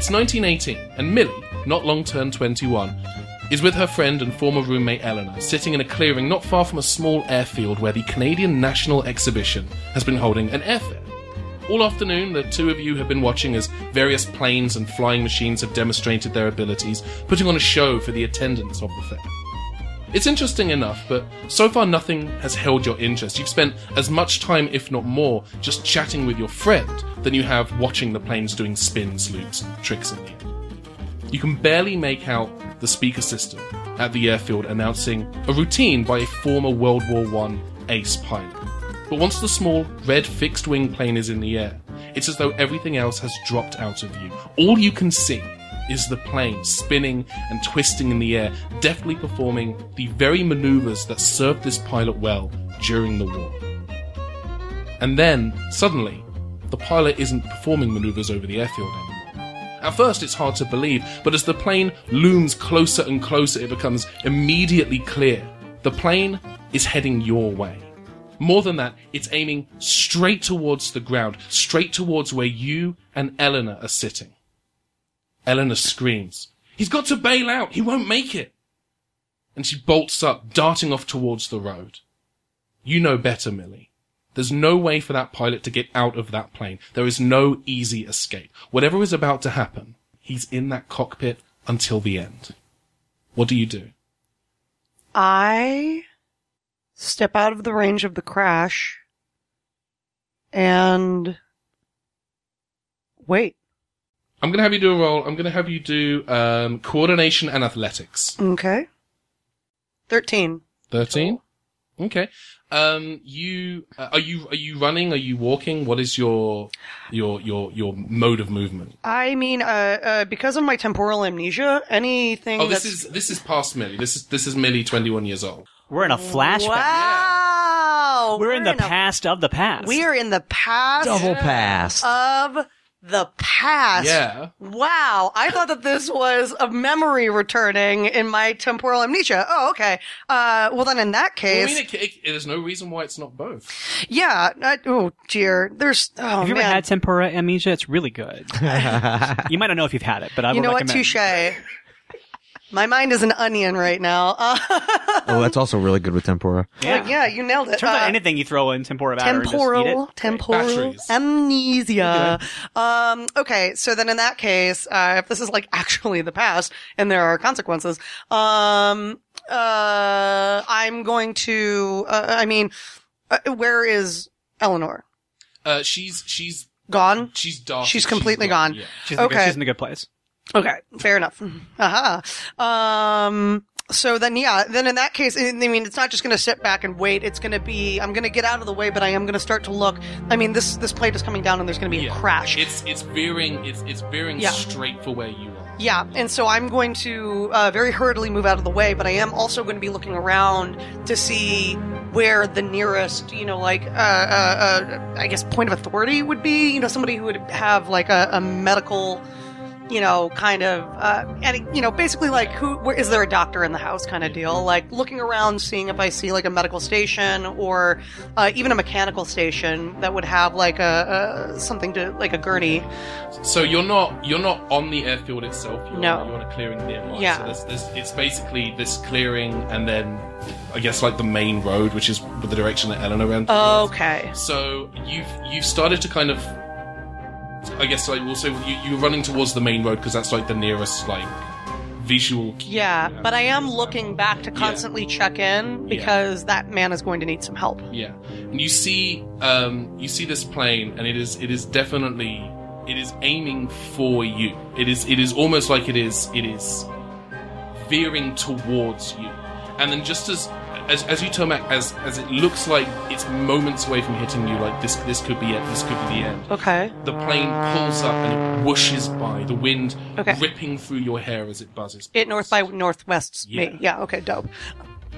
1918, and Millie, not long turned 21, is with her friend and former roommate Eleanor, sitting in a clearing not far from a small airfield where the Canadian National Exhibition has been holding an airfair. All afternoon, the two of you have been watching as various planes and flying machines have demonstrated their abilities, putting on a show for the attendants of the fair. It's interesting enough, but so far nothing has held your interest. You've spent as much time, if not more, just chatting with your friend than you have watching the planes doing spins, loops, and tricks in the air. You can barely make out the speaker system at the airfield announcing a routine by a former World War I ace pilot. But once the small, red fixed wing plane is in the air, it's as though everything else has dropped out of view. All you can see is the plane spinning and twisting in the air, deftly performing the very maneuvers that served this pilot well during the war. And then, suddenly, the pilot isn't performing maneuvers over the airfield anymore. At first, it's hard to believe, but as the plane looms closer and closer, it becomes immediately clear. The plane is heading your way. More than that, it's aiming straight towards the ground, straight towards where you and Eleanor are sitting. Eleanor screams, He's got to bail out! He won't make it! And she bolts up, darting off towards the road. You know better, Millie. There's no way for that pilot to get out of that plane. There is no easy escape. Whatever is about to happen, he's in that cockpit until the end. What do you do? I step out of the range of the crash and wait. I'm gonna have you do a roll. I'm gonna have you do um, coordination and athletics. Okay. 13. Thirteen. Okay. Um, you uh, are you are you running? Are you walking? What is your your your your mode of movement? I mean, uh, uh, because of my temporal amnesia, anything Oh, this that's... is this is past Millie. This is this is Millie, 21 years old. We're in a flashback. Wow! We're, in the a- past of the past. We are in the past Double pass. of the past. Yeah. Wow. I thought that this was a memory returning in my temporal amnesia. Oh, okay. Uh, well then in that I case, mean, it, it, there's no reason why it's not both. yeah. I, oh dear. There's, oh Have you man. ever had tempura amnesia? It's really good. you might not know if you've had it, but I you would know what? recommend. Touche. My mind is an onion right now. Uh, oh, that's also really good with tempura. Yeah. like, yeah, you nailed it. Turns Uh, out anything you throw in tempura batter and just eat temporal it. temporal Batteries. amnesia um okay so then in that case uh, if this is like actually the past and there are consequences um uh i'm going to uh, i mean uh, where is eleanor Uh, she's she's gone she's dark. She's completely gone. Yeah. She's in a good- Okay. she's in a good place. okay fair enough aha um so then yeah then in that case i mean it's not just going to sit back and wait it's going to be i'm going to get out of the way but i am going to start to look i mean this this plate is coming down and there's going to be Yeah. a crash It's it's veering it's it's veering Yeah. straight for where you are. Yeah, and so I'm going to uh, very hurriedly move out of the way, but I am also going to be looking around to see where the nearest, you know, like, uh, uh, uh, I guess, point of authority would be. You know, somebody who would have like a, a medical, you know, kind of, uh, and you know, basically like, who where, is there a doctor in the house kind of deal? Like looking around, seeing if I see like a medical station or uh, even a mechanical station that would have like a, a something to like a gurney. So you're not you're not on the airfield itself. You're, No. you're in a clearing nearby. Yeah. So there's, there's, it's basically this clearing and then I guess like the main road, which is the direction that Eleanor ran. towards. Okay. So you've you've started to kind of, I guess like we'll say you, you're running towards the main road because that's like the nearest like visual. Key. Yeah, but I am looking back to constantly check in because that man is going to need some help. Yeah, and you see, um, you see this plane, and it is, it is definitely, it is aiming for you. It is, it is almost like it is, it is veering towards you, and then just as, as, as you turn back, as, as it looks like it's moments away from hitting you, like this, this could be it, this could be the end. Okay. The plane pulls up and it whooshes by, the wind Okay. ripping through your hair as it buzzes. It north by northwest Yeah. me. Yeah, okay, dope.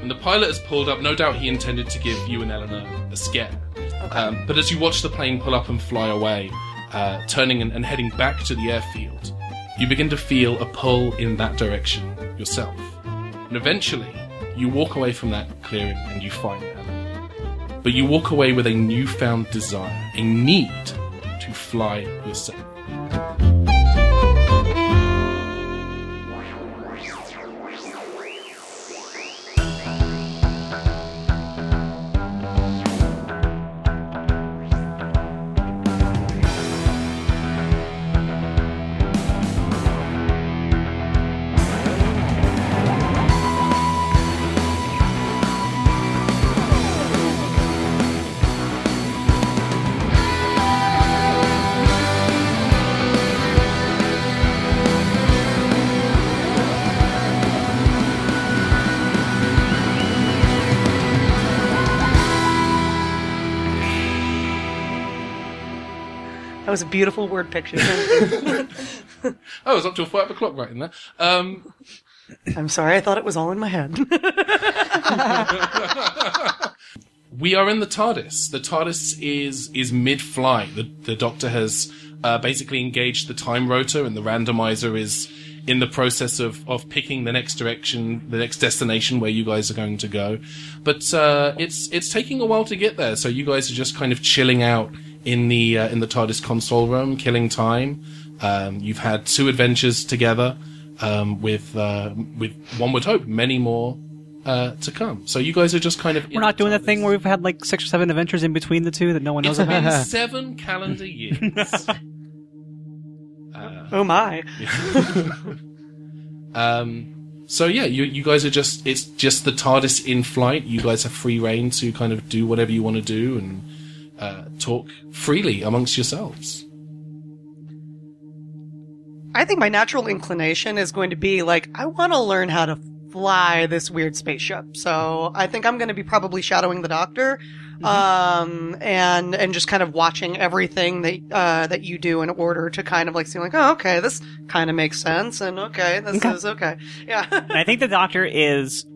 And the pilot has pulled up. No doubt he intended to give you and Eleanor a scare. Um, but as you watch the plane pull up and fly away, uh, turning and, and heading back to the airfield, you begin to feel a pull in that direction yourself. And eventually, you walk away from that clearing and you find Eleanor. But you walk away with a newfound desire, a need to fly yourself. was a beautiful word picture. Oh, it's up till five o'clock right in there. Um, I'm sorry, I thought it was all in my head. we are in the TARDIS. The TARDIS is is mid flight. The the Doctor has uh, basically engaged the time rotor, and the randomizer is in the process of of picking the next direction, the next destination where you guys are going to go. But uh, it's it's taking a while to get there, so you guys are just kind of chilling out in the uh, in the TARDIS console room, killing time. Um, you've had two adventures together, um, with uh, with one would hope many more uh, to come. So you guys are just kind of We're not doing that thing where we've had like six or seven adventures in between the two that no one knows it's about. been seven calendar years. oh my. um, so yeah, you you guys are just it's just the TARDIS in flight. You guys have free reign to kind of do whatever you want to do and uh, talk freely amongst yourselves. I think my natural inclination is going to be like, I want to learn how to fly this weird spaceship. So I think I'm going to be probably shadowing the doctor, Mm-hmm. um, and and just kind of watching everything that uh, that you do in order to kind of like see like, oh, okay, this kind of makes sense, and okay, this Okay. is okay, yeah. And I think the doctor is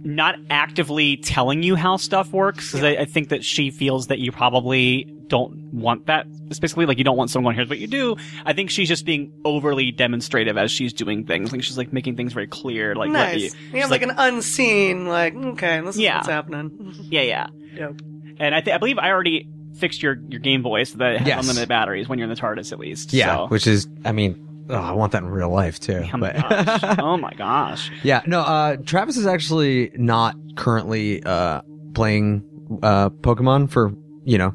not actively telling you how stuff works because I, I think that she feels that you probably don't want that specifically. Like you don't want someone here's what you do. I think she's just being overly demonstrative as she's doing things. Like she's like making things very clear. Like what you- nice. You she's have like, an unseen, like okay, this is Yeah. what's happening. yeah, yeah. Dope. And I, th- I believe I already fixed your, your Game Boy so that it has Yes. unlimited batteries when you're in the TARDIS at least. Yeah, So. which is, I mean, oh, I want that in real life too. Oh my But gosh. oh my gosh. yeah, no, uh, Travis is actually not currently uh, playing uh, Pokemon for you know,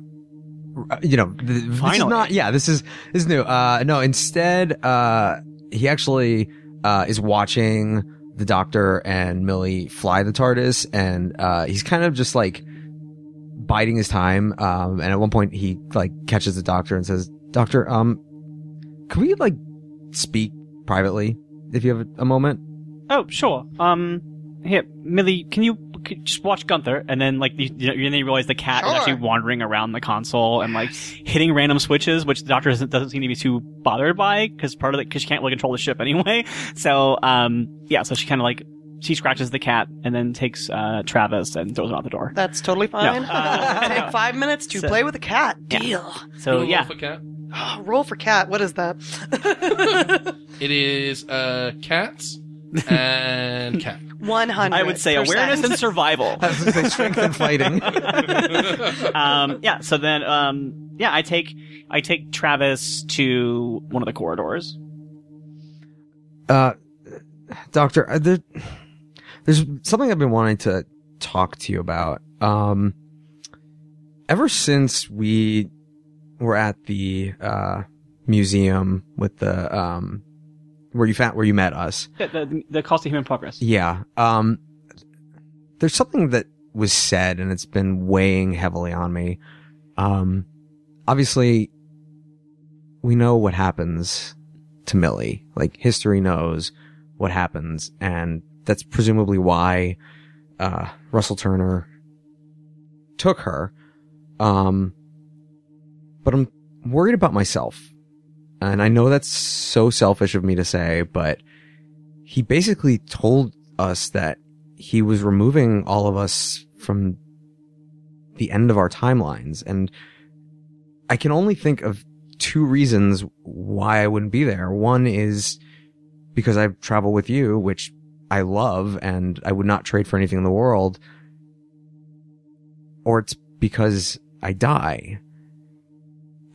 r- you know, th- this is Finally. not. Yeah, this is this is new. Uh, no, instead, uh, he actually uh, is watching the Doctor and Millie fly the TARDIS, and uh, he's kind of just like biding his time. Um, and at one point, he like catches the Doctor and says, "Doctor, um, can we like speak privately if you have a, a moment?" Oh, sure. Um, here, Millie, can you c- just watch Gunther? And then, like, you, you, and then you realize the cat Sure. is actually wandering around the console and, like, hitting random switches, which the doctor doesn't, doesn't seem to be too bothered by, because part of it, because she can't really control the ship anyway. So, um, yeah, so she kind of, like, she scratches the cat and then takes, uh, Travis and throws him out the door. That's totally fine. uh, Take no. five minutes to So- play with a cat. Yeah. Deal. So, Roll yeah. for cat. roll for cat. What is that? It is uh, cat and cat. One hundred. I would say awareness and survival. I was gonna say strength and fighting. um, yeah, so then, um, yeah, I take, I take Travis to one of the corridors. Uh, doctor, uh, there, there's something I've been wanting to talk to you about. Um, ever since we were at the uh, museum with the um, where you found where you met us, The, the, the cost of human progress. yeah. Um, there's something that was said, and it's been weighing heavily on me. Um, obviously, we know what happens to Millie. Like history knows what happens, and that's presumably why uh, Russell Turner took her. Um, but I'm worried about myself, and I know that's so selfish of me to say, but he basically told us that he was removing all of us from the end of our timelines and i can only think of two reasons why i wouldn't be there one is because i travel with you which i love and i would not trade for anything in the world or it's because i die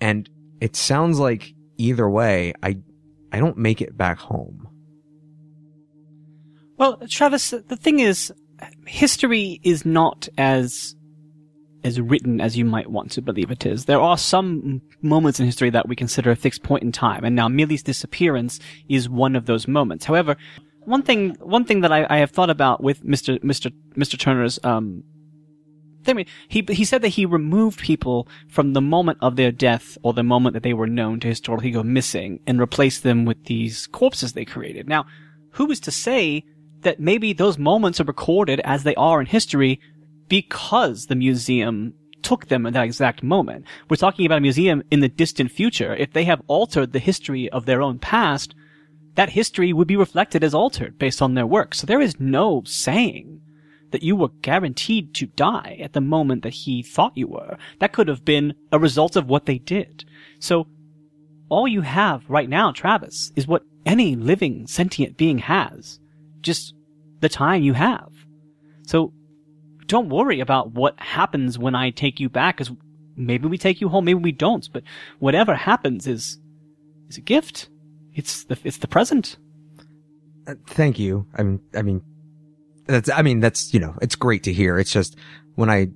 and it sounds like either way i i don't make it back home Well, Travis, the thing is, History is not as as written as you might want to believe it is. There are some moments in history that we consider a fixed point in time, and now Millie's disappearance is one of those moments. However, one thing one thing that I, I have thought about with Mr. Mr. Mr. Turner's um I mean, he he said that he removed people from the moment of their death or the moment that they were known to historically go missing and replaced them with these corpses they created. Now, who is to say that maybe those moments are recorded as they are in history because the museum took them at that exact moment. We're talking about a museum in the distant future. If they have altered the history of their own past, that history would be reflected as altered based on their work. So there is no saying that you were guaranteed to die at the moment that he thought you were. That could have been a result of what they did. So all you have right now, Travis, is what any living sentient being has. Just the time you have. So don't worry about what happens when I take you back, because maybe we take you home, maybe we don't, but whatever happens is, is a gift. It's the, it's the present. Uh, thank you. I mean, I mean, that's, I mean, that's, you know, it's great to hear. It's just when I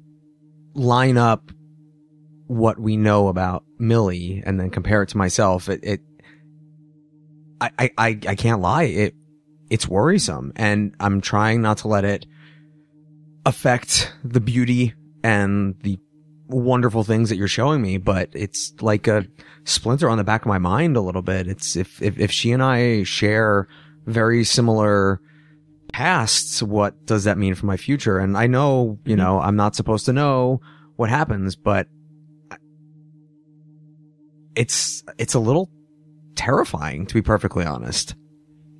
line up what we know about Millie and then compare it to myself, it, it I, I, I I can't lie. It, it's worrisome and I'm trying not to let it affect the beauty and the wonderful things that you're showing me, but it's like a splinter on the back of my mind a little bit. It's if, if, if she and I share very similar pasts, what does that mean for my future? And I know, you know, I'm not supposed to know what happens, but it's it's a little terrifying to be perfectly honest.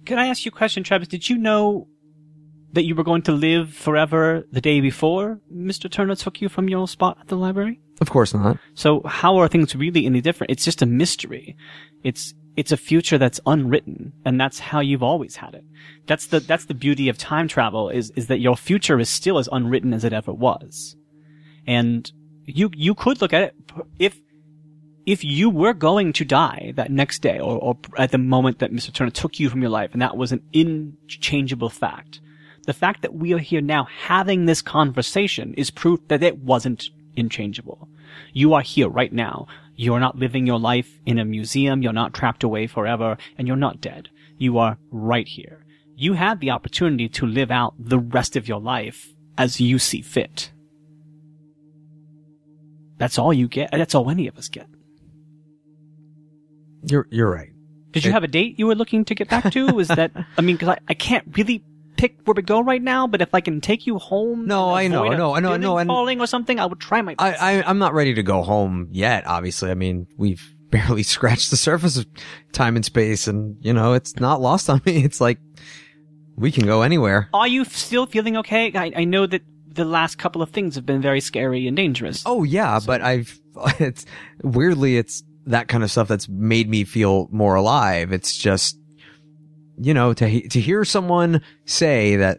Can I ask you a question, Travis? Did you know that you were going to live forever the day before Mr. Turner took you from your spot at the library? Of course not. So how are things really any different? It's just a mystery. It's it's a future that's unwritten, and that's how you've always had it. That's the that's the beauty of time travel is is that your future is still as unwritten as it ever was, and you you could look at it if if you were going to die that next day or, or at the moment that Mr. Turner took you from your life, and that was an inchangeable fact. The fact that we are here now having this conversation is proof that it wasn't inchangeable. You are here right now. You're not living your life in a museum. You're not trapped away forever and you're not dead. You are right here. You had the opportunity to live out the rest of your life as you see fit. That's all you get. That's all any of us get. You're you're right. Did you have a date you were looking to get back to? Is that, I mean, cause I, I can't really pick where we go right now, but if I can take you home. No, and I know, avoid a no, I know, I building know, and- Falling or something, I would try my I, best. I I'm not ready to go home yet. Obviously, I mean we've barely scratched the surface of time and space, and you know it's not lost on me. It's like we can go anywhere. Are you still feeling okay? I, I know that the last couple of things have been very scary and dangerous. Oh yeah, but I've it's weirdly it's that kind of stuff that's made me feel more alive. It's just you know to he- to hear someone say that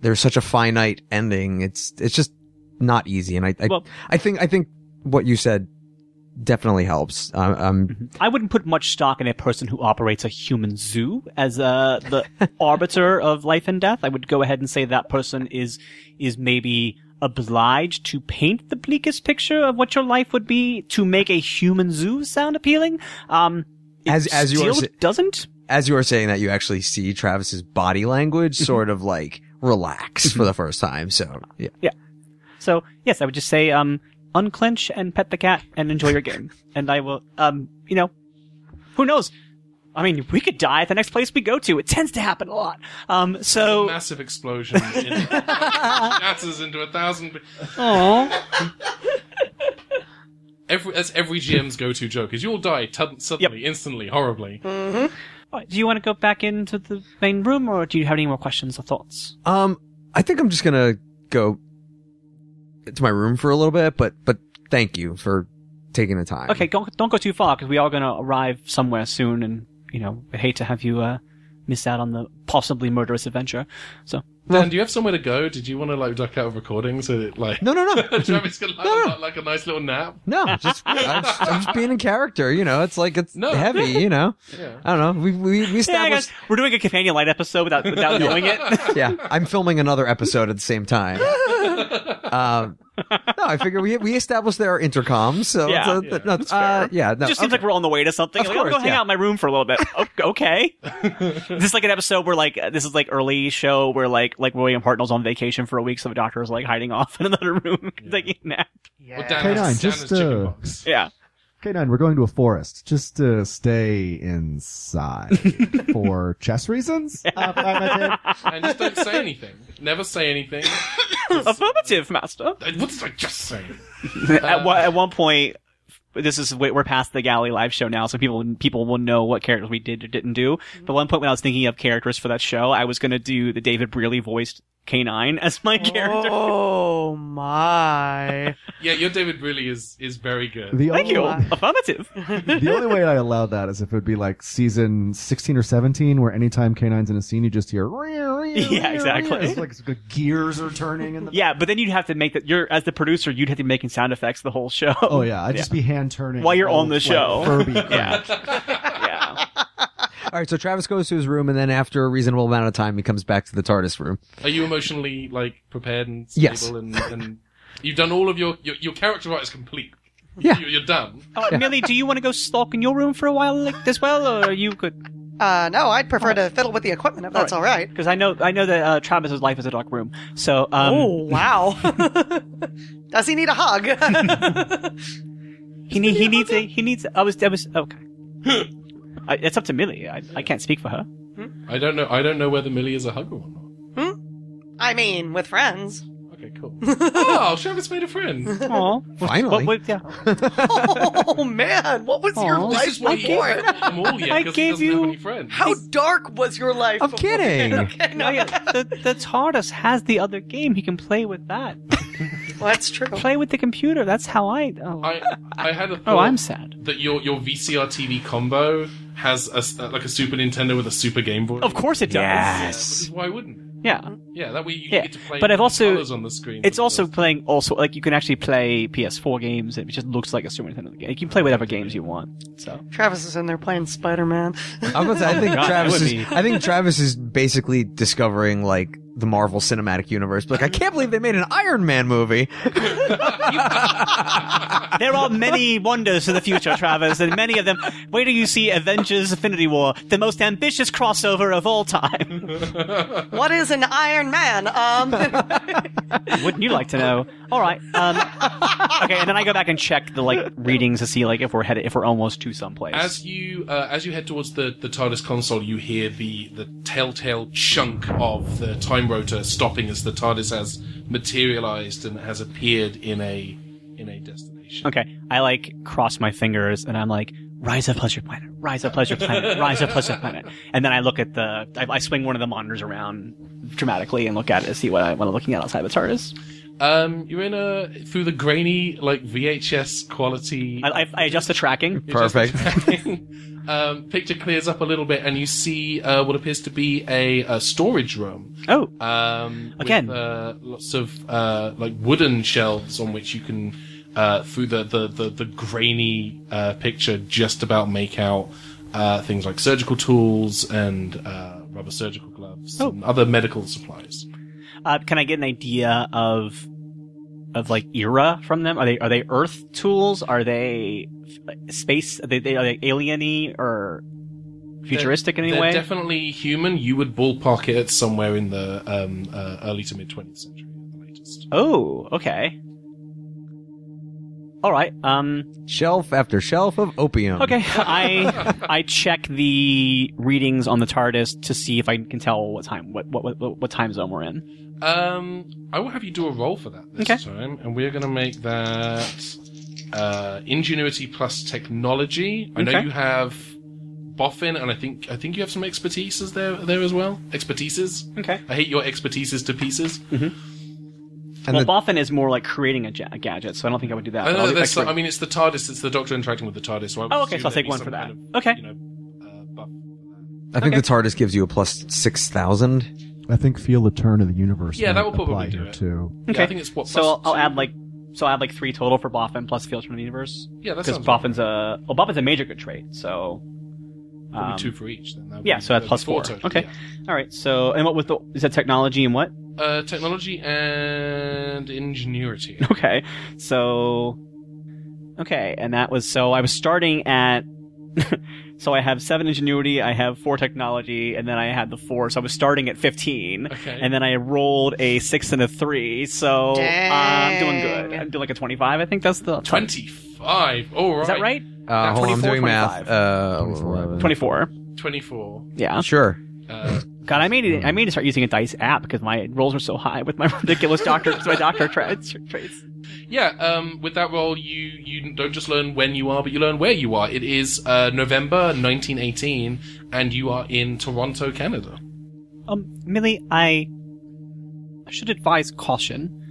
there's such a finite ending. It's it's just not easy, and I I, Well- I think I think what you said definitely helps. i I'm I wouldn't put much stock in a person who operates a human zoo as uh, the arbiter of life and death. I would go ahead and say that person is is maybe obliged to paint the bleakest picture of what your life would be to make a human zoo sound appealing. Um, it As- as you are still sa- doesn't. as you were saying that, you actually see Travis's body language Mm-hmm. sort of like relax for the first time. So yeah, So yes, I would just say um, unclench and pet the cat and enjoy your game. and I will um, you know, who knows. I mean, we could die at the next place we go to. It tends to happen a lot. Um, so Massive explosion in- shatters into a thousand. bi- Aw. Every, that's every GM's go-to joke is you'll die t- suddenly, instantly, horribly. Alright, Do you want to go back into the main room, or do you have any more questions or thoughts? um, I think I'm just gonna go to my room for a little bit, but but thank you for taking the time. Okay, don't, don't go too far because we are going to arrive somewhere soon, and you know, I hate to have you uh, miss out on the possibly murderous adventure. So, Dan, do you have somewhere to go? Did you want to like duck out of recording so that like No, no, no, Travis can like, No. like a nice little nap? no. Just I'm, just I'm just being in character. You know, it's like it's No. heavy. You know, Yeah. I don't know. We we, we yeah, I guess established. we're doing a companion light episode without without knowing it. Yeah, I'm filming another episode at the same time. Um, no, I figure we we established there are intercoms, so Yeah. so- Yeah. no, uh, yeah, no, It just seems okay. like we're on the way to something. Of like, I'm gonna course, go hang yeah. out in my room for a little bit. O- okay. this is like an episode where like uh, this is like early show where like like William Hartnell's on vacation for a week, so the doctor is like hiding off in another room taking a nap. Well, Yeah. Dan Hey, Dan, has, Dan just, has chicken uh, pox. Yeah. K9, we're going to a forest just to stay inside for chess reasons. Uh, I might say. And just don't say anything. Never say anything. Affirmative, master. Uh, What did I just say? at, one, at one point, this is we're past the galley live show now, so people people will know what characters we did or didn't do. Mm-hmm. But one point when I was thinking of characters for that show, I was gonna do the David Brearley voiced K9 as my character. Oh my! Yeah, your David really is is very good. The Thank only, you. Affirmative. the only way I allowed that is if it would be like season 16 or 17, where anytime K9's in a scene, you just hear. Yeah, exactly. It's like it's good gears are turning in the. yeah, but then you'd have to make that. You're as the producer, you'd have to be making sound effects the whole show. Oh, yeah. I'd just be hand turning. While you're on the like, show. Furby yeah, yeah. All right, so Travis goes to his room, and then after a reasonable amount of time, he comes back to the TARDIS room. Are you emotionally like prepared and stable Yes. and, and you've done all of your your, your character right is complete. Yeah. You, you're done. Oh, Millie, do you want to go stalk in your room for a while like as well, or you could? Uh, no, I'd prefer to fiddle with the equipment if that's all right. Because I know I know that uh, Travis's life is a dark room. So um, oh wow! Does he need a hug? He, need, he needs a he needs. I was I was okay. I, it's up to Millie. I, I can't speak for her. I don't know. I don't know whether Millie is a hugger or not. I mean, with friends. Okay, cool. oh, Travis made a friend. Aw. Finally. What, what, yeah. Oh man, what was your Aw. This life is why he before? can't have them all yet I because he gave doesn't you- have any friends. How dark was your life? I'm before- kidding. okay, no, No, Oh, yeah, the, the TARDIS has the other game. He can play with that. well, that's true. Play with the computer. That's how I. Oh, I I had a thought oh I'm sad. that your your VCR TV combo has a s- uh, like a Super Nintendo with a Super Game Boy. Of course it does. Because Why wouldn't? it? Yeah. Yeah, that way you Yeah, get to play. but I've also- colors on the screen. It's also playing also like you can actually play PS4 games. It just looks like a Super Nintendo game. You can play whatever games you want. So Travis is in there playing Spider Man. I'm about to, I think God, Travis that would is. be- I think Travis is basically discovering like the Marvel Cinematic Universe. Like, I can't believe they made an Iron Man movie. there are many wonders to the future, Travis, and many of them. Wait till you see Avengers: Affinity War, the most ambitious crossover of all time. what is an Iron Man? Um, Wouldn't you like to know? All right. Um, okay, and then I go back and check the like readings to see like if we're headed, if we're almost to someplace. As you uh, as you head towards the, the TARDIS console, you hear the, the telltale chunk of the time rotor stopping as the TARDIS has materialized and has appeared in a in a destination. okay, I like cross my fingers and I'm like, rise a pleasure planet, rise a pleasure planet, rise a pleasure planet, and then I look at the, I, I swing one of the monitors around dramatically and look at it to see what, I, what I'm looking at outside the TARDIS. Um, you're in a through the grainy like VHS quality. I, I, I adjust the tracking. You're just- Perfect. um, picture clears up a little bit, and you see uh, what appears to be a, a storage room. Oh, Um, Again. with, uh, lots of uh, like wooden shelves on which you can, uh, through the the the, the grainy uh, picture, just about make out uh, things like surgical tools and uh, rubber surgical gloves Oh. and other medical supplies. uh, can I get an idea of? Of like era from them? Are they are they Earth tools? Are they like, space? Are they, they are they alieny or futuristic in any They're way? definitely human. You would ballpark it at somewhere in the um, uh, early to mid twentieth century, at the latest. oh, okay. All right. Um. shelf after shelf of Um, opium. Okay. I I check the readings on the TARDIS to see if I can tell what time what what what, what time zone we're in. Um, I will have you do a roll for that this Okay. time, and we're going to make that uh, ingenuity plus technology. I know Okay. you have boffin, and I think I think you have some expertises there there as well. Expertises. Okay. I hate your expertises to pieces. Uh, And well, the- Boffin is more like creating a, ja- a gadget, so I don't think I would do that. I but know I'll- there's. some- actually- I mean, it's the TARDIS. It's the Doctor interacting with the TARDIS. So I would Oh, okay, assume so there'd I'll take be one some for that. kind of, Okay. You know, uh, buff. I think okay. the TARDIS gives you a plus six thousand. I think feel the turn of the universe. Yeah, might that would probably apply do here, it. Too. Yeah, I Okay. think it's what. So plus I'll, I'll two. add like so I have like three total for Boffin plus Fields from the Universe yeah, that because sounds right. Boffin's a well Boffin's a major good trait. So Probably um, two for each. Then. That would yeah, be- so that's that'd be plus four. total, Okay. yeah. all right. So and what with the is that technology and what? Uh, technology and ingenuity. Okay, so okay, and that was so I was starting at. so I have seven ingenuity, I have four technology, and then I had the four. So I was starting at fifteen. Okay. And then I rolled a six and a three, so I'm doing Dang. good. I'm doing like a twenty-five. I think that's the 25. All right. Is that right? Uh, hold on, I'm 24, doing math. 25. Uh, 24. 24. Yeah. sure. Uh, God, I made it. I made to start using a dice app because my rolls are so high with my ridiculous doctor, my doctor tra- tra- traits. yeah, um, with that roll, you, you don't just learn when you are, but you learn where you are. It is uh, November 1918, and you are in Toronto, Canada. Um, Millie, I should advise caution,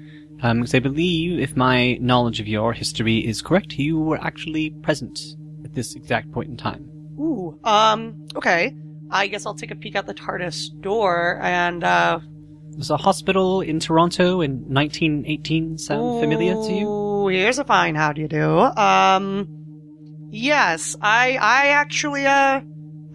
um, because I believe, if my knowledge of your history is correct, you were actually present at this exact point in time. Ooh. Um. Okay. I guess I'll take a peek out the TARDIS door and. uh There's a hospital in Toronto in 1918. Sound familiar to you? Ooh, here's a fine. How do you do? Um. Yes, I. I actually. Uh.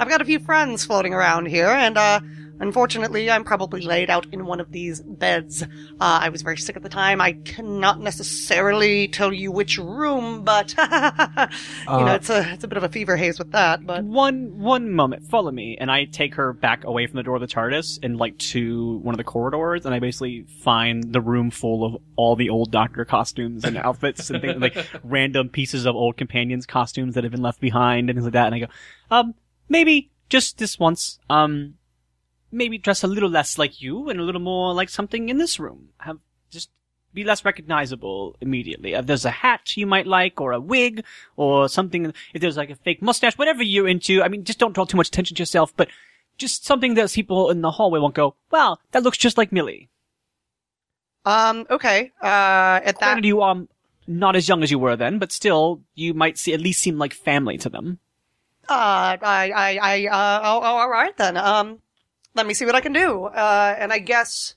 I've got a few friends floating around here, and uh. Unfortunately, I'm probably laid out in one of these beds. Uh, I was very sick at the time. I cannot necessarily tell you which room, but you Uh, know, it's a it's a bit of a fever haze with that. But One one moment, follow me, and I take her back away from the door of the TARDIS and like to one of the corridors, and I basically find the room full of all the old Doctor costumes and outfits and things like random pieces of old companions' costumes that have been left behind and things like that. And I go, um, maybe just this once, um, maybe dress a little less like you and a little more like something in this room. Have just be less recognizable immediately. If there's a hat you might like, or a wig, or something, if there's like a fake mustache, whatever you're into, I mean, just don't draw too much attention to yourself, but just something that people in the hallway won't go, wow, that looks just like Millie. um, okay. Uh, at that Granted, you are not as young as you were then, but still, you might see, at least seem like family to them. Uh, I, I, I, uh, oh, oh, all right then. Um, let me see what I can do. Uh, and I guess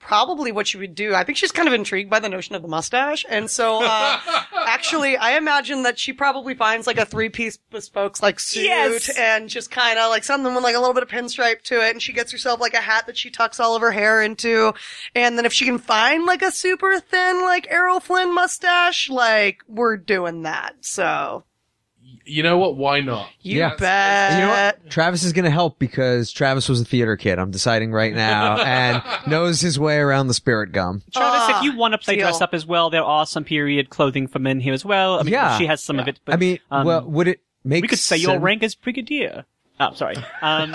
probably what she would do. I think she's kind of intrigued by the notion of the mustache, and so uh, actually, I imagine that she probably finds like a three-piece bespoke like suit Yes. and just kind of like something with like a little bit of pinstripe to it, and she gets herself like a hat that she tucks all of her hair into, and then if she can find like a super thin like Errol Flynn mustache, like we're doing that. So You know what? Why not? you Yeah. bet. And you know what? Uh, Travis is going to help because Travis was a theater kid. I'm deciding right now and knows his way around the spirit gum. Travis, Ah, if you want to play deal. dress up as well, there are some period clothing for men here as well. I mean, Yeah. she has some of it, but I mean, um, well, would it make we could say your sen- rank is brigadier. Oh, sorry. Um,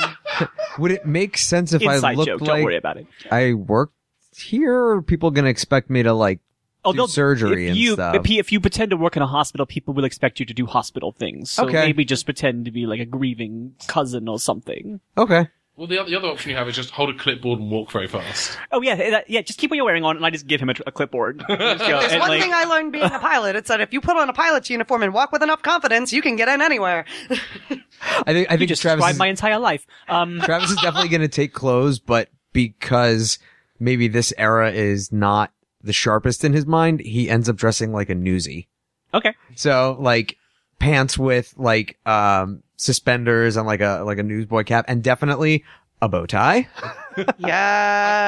Would it make sense if I inside looked joke. Don't like worry about it. I worked here? Or are people going to expect me to like Oh, do they'll- surgery if and you, stuff. If, you- if you pretend to work in a hospital, people will expect you to do hospital things. So Okay. maybe just pretend to be like a grieving cousin or something. okay? Well, the, oth- the other option you have is just hold a clipboard and walk very fast. Oh yeah, eh, that- yeah. Just keep what you're wearing on, and I just give him a, tr- a clipboard. Just go, There's and, one like, thing I learned being a pilot. It's that if you put on a pilot's uniform and walk with enough confidence, you can get in anywhere. I think I you think just Travis described is, my entire life. Um, Travis is definitely going to take clothes, but because maybe this era is not the sharpest in his mind, he ends up dressing like a newsie. okay. So like pants with like um suspenders and like a like a newsboy cap, and definitely a bow tie. I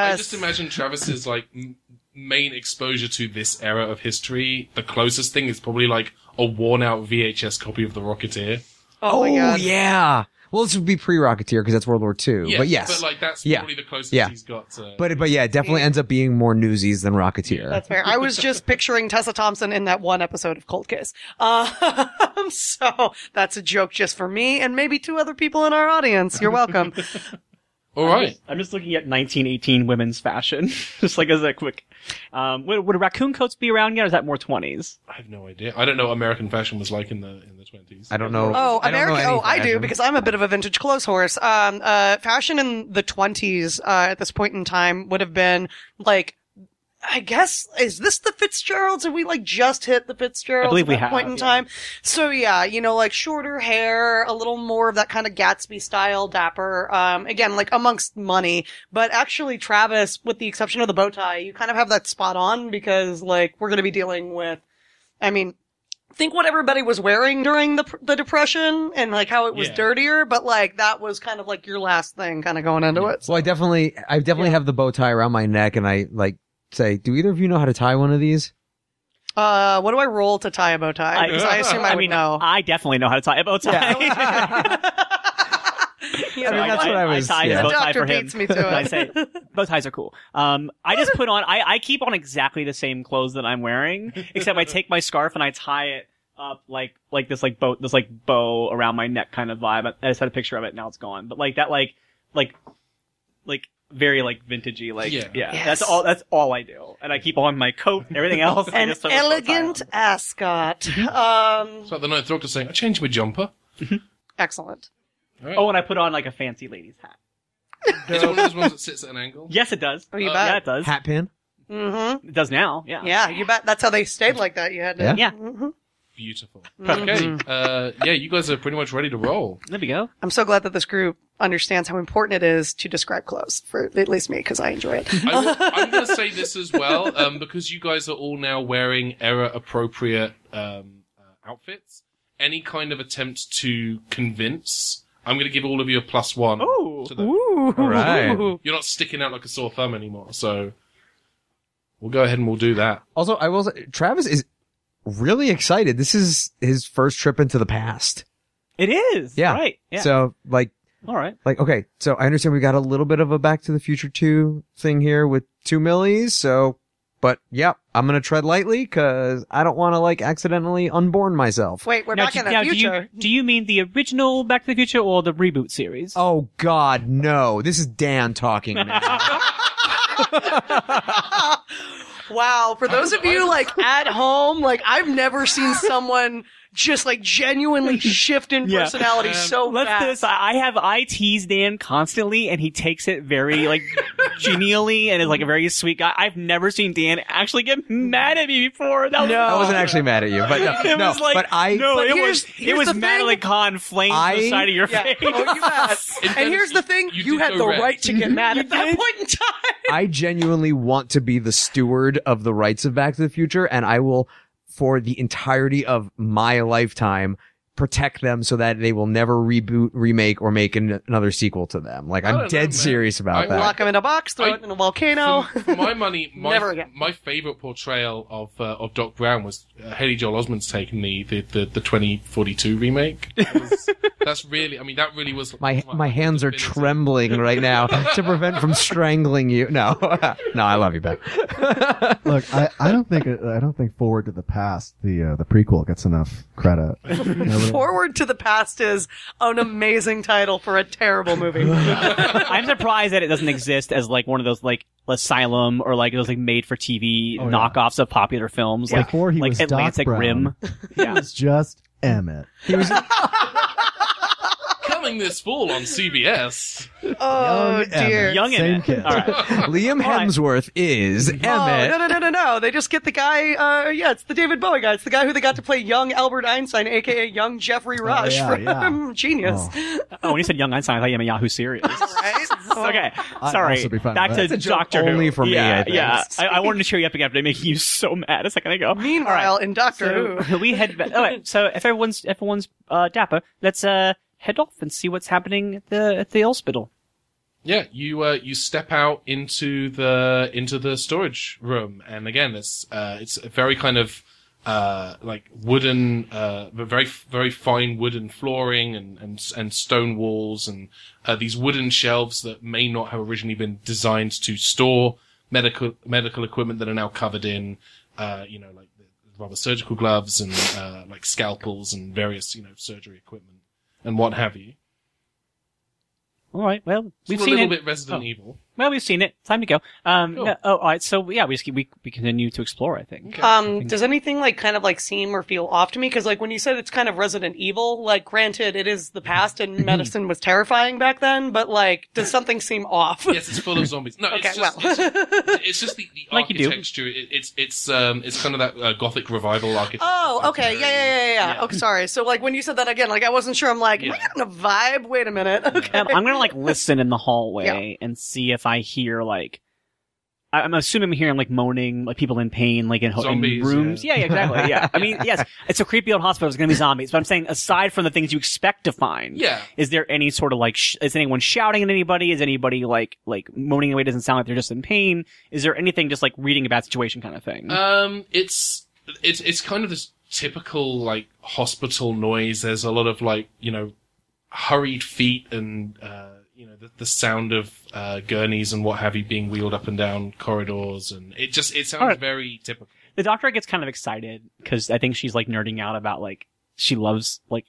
yes. just imagine Travis's like m- main exposure to this era of history. The closest thing is probably like a worn-out VHS copy of The Rocketeer. oh, my God. yeah. Well, this would be pre Rocketeer because that's World War II. but yes, but like that's Yeah. probably the closest Yeah. he's got to. but but yeah, it definitely ends up being more newsies than Rocketeer. That's fair. I was just picturing Tessa Thompson in that one episode of Cold Case. Um, so that's a joke just for me and maybe two other people in our audience. You're welcome. All right. I'm just looking at 1918 women's fashion, just like as a quick. Um, would, would raccoon coats be around yet, or is that more 20s? I have no idea. I don't know what American fashion was like in the in the twenties. I don't know. Oh, I don't know American. any Oh, I do fashion. because I'm a bit of a vintage clothes horse. Um, uh, fashion in the 20s uh, at this point in time would have been like, I guess, is this the Fitzgeralds? Have we like just hit the Fitzgeralds I believe at we that have, point in yeah. time? So yeah, you know, like shorter hair, a little more of that kind of Gatsby style, dapper. Um, again, like amongst money, but actually, Travis, with the exception of the bow tie, you kind of have that spot on because like we're going to be dealing with, I mean, think what everybody was wearing during the the depression and like how it was Yeah. dirtier, but like that was kind of like your last thing, kind of going into it. Well, I definitely, I definitely have the bow tie around my neck, and I like say, "Do either of you know how to tie one of these?" Uh, what do I roll to tie a bow tie? 'Cause I, assume I, would mean, know. I definitely know how to tie a bow tie. You I mean, know, that's I- what I was- tie his yeah. bow The tie doctor for him. beats me to it. I say bow ties are cool. Um, I just put on. I, I keep on exactly the same clothes that I'm wearing, except I take my scarf and I tie it up like like this like bow this like bow around my neck kind of vibe. I just had a picture of it. Now it's gone. But like that like like like very like vintagey like Yeah. yeah. Yes. That's all. That's all I do. And I keep on my coat. and Everything else. I An just sort of put tie elegant on. ascot. Um, It's like the Ninth Doctor saying, I changed my jumper. excellent. All right. Oh, and I put on like a fancy lady's hat. Is it one of those ones that sits at an angle? Yes, it does. Oh, you Uh, bet. yeah, it does. Hat pin. Mm-hmm. It does now. Yeah. Yeah, you bet. That's how they stayed like that. You had to. Mm-hmm. Yeah. Yeah. Mhm. Beautiful. Perfect. Okay. Uh, yeah, you guys are pretty much ready to roll. There we go. I'm so glad that this group understands how important it is to describe clothes for at least me because I enjoy it. I will, I'm going to say this as well, um, because you guys are all now wearing era appropriate um, uh, outfits. Any kind of attempt to convince, I'm going to give all of you a plus one. Oh. to the- Ooh. All right. You're not sticking out like a sore thumb anymore, so we'll go ahead and we'll do that. Also, I will say, Travis is really excited. This is his first trip into the past. It is. Yeah. Right. Yeah. So, like, all right. like, okay. So I understand we got a little bit of a Back to the Future 2 thing here with two millies. So, but yeah, I'm going to tread lightly because I don't want to like accidentally unborn myself. Wait, we're back do, in the now, do future. you, do you mean the original Back to the Future or the reboot series? Oh God, no! This is Dan talking. Now. wow. For those of you like at home, like I've never seen someone just like genuinely shift in Yeah. personality Um, so Let's do this. fast. I I have I tease Dan constantly, and he takes it very like genially, and is like a very sweet guy. I've never seen Dan actually get mad at me before. That was I wasn't actually mad at you, but no, It no, was like but I no, But it here's- was here's it was the thing. Madeline Kahn flames I- the side of your Yeah. face. Oh, you bet. fairness, and here's the thing: you you, did had go the red. right to get mad at that did. point in time. I genuinely want to be the steward of the rights of Back to the Future, and I will, for the entirety of my lifetime, protect them so that they will never reboot, remake, or make an- another sequel to them. Like I don't I'm know, dead man. serious about I- that. Lock him in a box, throw I- it in a volcano. For, for my money, my, Never again. my favorite portrayal of uh, of Doc Brown was uh, Haley Joel Osment's take in the the, the, the 2042 remake. That was- that's really, I mean, that really was my my hands are definitive. trembling right now to prevent from strangling you. No, no, I love you, Ben. Look, I, I don't think I don't think Forward to the Past the uh, the prequel gets enough credit. Nobody- Forward to the Past is an amazing title for a terrible movie. Oh, I'm surprised that it doesn't exist as like one of those like Asylum or like those like made for TV Oh, yeah. knockoffs of popular films like Before he like was Doc Atlantic Brown. Rim. It was just Emmett. coming this fall on CBS. oh Young Emmett. dear. Young Same and kid. All right. Liam All right. Hemsworth is Emmett. Oh, no, no, no, no, no. They just get the guy, uh, yeah, it's the David Bowie guy. It's the guy who they got to play young Albert Einstein, aka young Jeffrey Rush yeah, from yeah. Genius. Oh, when you said Young Einstein, I thought you meant Yahoo Serious. Right? So- okay, I'd sorry. also be fine Back with that. to That's a joke Doctor Who. only for me, Yeah, I think. yeah. I, I wanted to cheer you up again after making you so mad a second ago. Meanwhile, in Doctor So Who. we head. Back. All right. So if everyone's everyone's uh, dapper, let's uh, head off and see what's happening at the at the hospital. Yeah, you uh, you step out into the into the storage room, and again, it's uh, it's a very kind of uh, like wooden, uh, but very very fine wooden flooring and and, and stone walls, and uh, these wooden shelves that may not have originally been designed to store medical medical equipment that are now covered in, uh, you know, like rather surgical gloves and uh, like scalpels and various you know surgery equipment and what have you. All right. Well, we've It's a seen little it. bit Resident Oh. Evil. Well, we've seen it. Time to go. Um. Cool. no- oh, all right. So yeah, we just keep, we we continue to explore. I think. Um, does anything like kind of like seem or feel off to me? Because like when you said it's kind of Resident Evil, like granted it is the past and medicine was terrifying back then, but like does something seem off? yes, it's full of zombies. No, okay, it's well, just, it's, it's just the, the Like you do. architecture. It, it's it's um it's kind of that uh, gothic revival architecture. Oh, okay. Yeah, yeah, yeah, yeah, yeah. Okay, sorry. So, like, when you said that again, like, I wasn't sure. I'm like, am I Yeah. getting a vibe? Wait a minute. Okay. Um, I'm gonna like listen in the hallway and see if I hear like. I- I'm assuming I'm hearing like moaning, like people in pain, like in, ho- Zombies, in rooms. yeah. Yeah. yeah, exactly. Yeah, I mean, yes, it's a creepy old hospital. It's gonna be zombies, but I'm saying aside from the things you expect to find, Yeah. is there any sort of like, sh- is anyone shouting at anybody? Is anybody like like moaning away? Doesn't sound like they're just in pain. Is there anything just like reading a bad situation kind of thing? Um, it's it's it's kind of this typical like hospital noise. There's a lot of like you know hurried feet and uh, you know the, the sound of uh, gurneys and what have you being wheeled up and down corridors, and it just it sounds Alright. very typical. the doctor gets kind of excited because I think she's like nerding out about like she loves like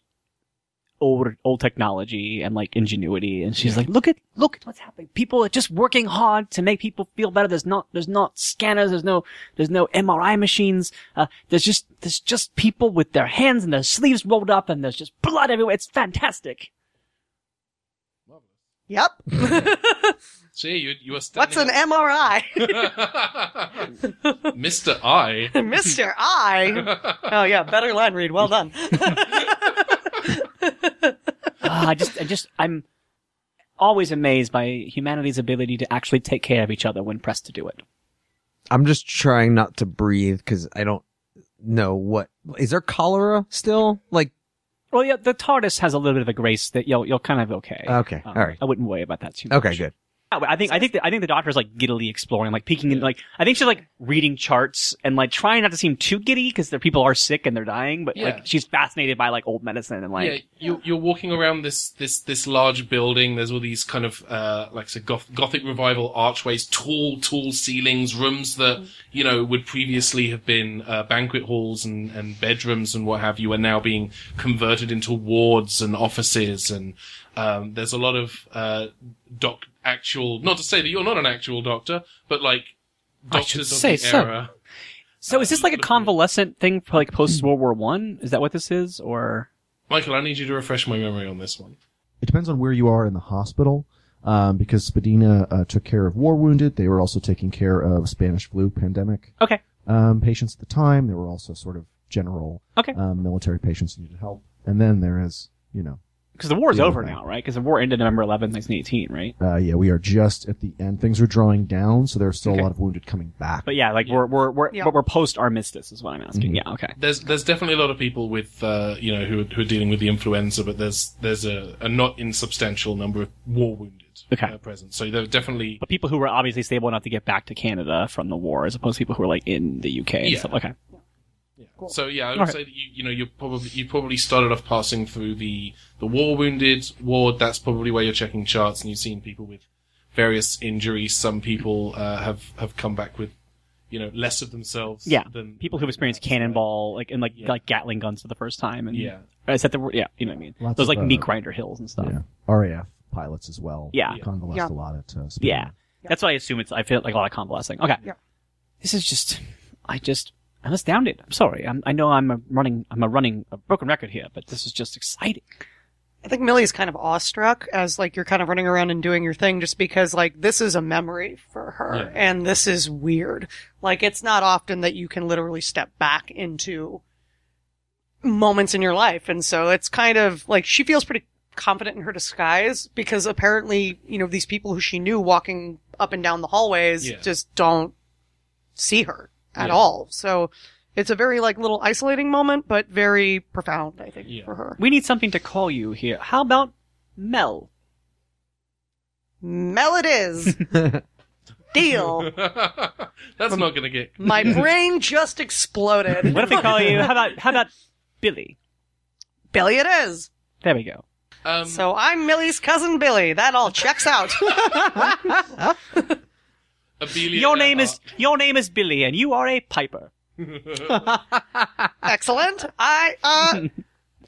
old old technology and like ingenuity, and she's like, look at look at what's happening. People are just working hard to make people feel better. There's not there's not scanners. There's no there's no MRI machines. Uh, there's just there's just people with their hands and their sleeves rolled up, and there's just blood everywhere. It's fantastic. Yep. See, you, you are standing What's an MRI? Mr. I. Mr. I. Oh, yeah. Better line read. Well done. Ah, I just I just I'm always amazed by humanity's ability to actually take care of each other when pressed to do it. I'm just trying not to breathe because I don't know what is there cholera still? Like Well, yeah, the TARDIS has a little bit of a grace that you'll you'll kind of okay. okay, Um, Uh, all right, I wouldn't worry about that too much. okay, good. Yeah, but I think I think the, I think the doctor's like giddily exploring, like peeking in, like I think she's like reading charts and like trying not to seem too giddy because the people are sick and they're dying, but Yeah. like she's fascinated by like old medicine and like yeah, you, you're walking around this, this, this large building. There's all these kind of, uh, like I said, goth- Gothic revival archways, tall, tall ceilings, rooms that, you know, would previously have been, uh, banquet halls and, and bedrooms and what have you are now being converted into wards and offices. And, um, there's a lot of, uh, doc, actual, not to say that you're not an actual doctor, but like, I should doctors of say the so. era. So is this like a Absolutely. convalescent thing for like post World War One? Is that what this is, or Michael, I need you to refresh my memory on this one. It depends on where you are in the hospital, um, because Spadina uh, took care of war wounded. They were also taking care of Spanish flu pandemic Okay. um, patients at the time. They were also sort of general Okay. um, military patients who needed help. And then there is, you know, Because the war is Yeah, over right. now, right? Because the war ended November 11th, 1918, right? uh, yeah, we are just at the end. Things are drawing down, so there are still Okay. a lot of wounded coming back. But yeah, like we're we're we're Yeah. but we're post armistice is what I'm Mm-hmm. asking. Yeah, okay. there's there's definitely a lot of people with uh, you know who are, who are dealing with the influenza, but there's there's a, a not insubstantial number of war wounded Okay. uh, present. So there are definitely But people who were obviously stable enough to get back to Canada from the war, as opposed to people who were like in the UK. And Yeah. stuff. Okay. so yeah. I would Alright. say that you you know you probably you probably started off passing through the the war wounded ward. That's probably where you're checking charts, and you've seen people with various injuries. Some people uh, have have come back with you know less of themselves. Yeah. than People who've experienced cannonball, like and like Yeah. like Gatling guns for the first time, and Yeah. is that the word? yeah? You know what I mean? Lots Those of, like uh, meat grinder hills and stuff. Yeah. RAF pilots as well. Yeah. Convalesced Yeah. a lot at uh, Spadina. Yeah. That's what I assume it's. I feel like a lot of convalescing. Okay. Yeah. This is just. I just. I'm astounded. I'm sorry. I'm, I know I'm a running. I'm a running a broken record here, but this is just exciting. I think Millie's kind of awestruck as like you're kind of running around and doing your thing just because like this is a memory for her and this is weird. Like it's not often that you can literally step back into moments in your life. And so it's kind of like she feels pretty confident in her disguise because apparently, you know, these people who she knew walking up and down the hallways Yeah. just don't see her at Yeah. all. So it's a very like little isolating moment, but very profound, I think, Yeah. for her. We need something to call you here. How about Mel? Mel it is. Deal. that's not going to get My brain just exploded. What if we call you? How about how about Billy? Billy it is. There we go. um, So I'm Millie's cousin Billy. That all checks out. Abelia- Your name is your name is Billy, and you are a piper. Excellent. I, uh,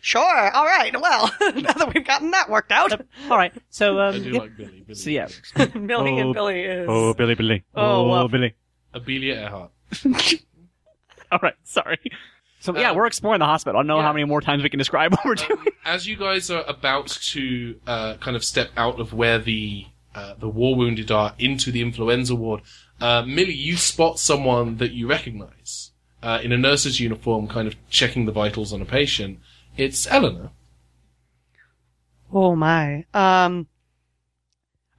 sure. All right. Well, now that we've gotten that worked out, All right. So I um, do yeah. like Billy. Billy. so yeah. Millie and Billy is. Billy, Billy. Oh, well. Billy. Abelia Earhart. All right. Sorry. So yeah, Um, we're exploring the hospital. I don't know yeah. how many more times we can describe what we're doing. Um, as you guys are about to uh, kind of step out of where the uh, the war wounded are into the influenza ward, uh, Millie, you spot someone that you recognise uh, in a nurse's uniform, kind of checking the vitals on a patient. It's Eleanor. Oh my. Um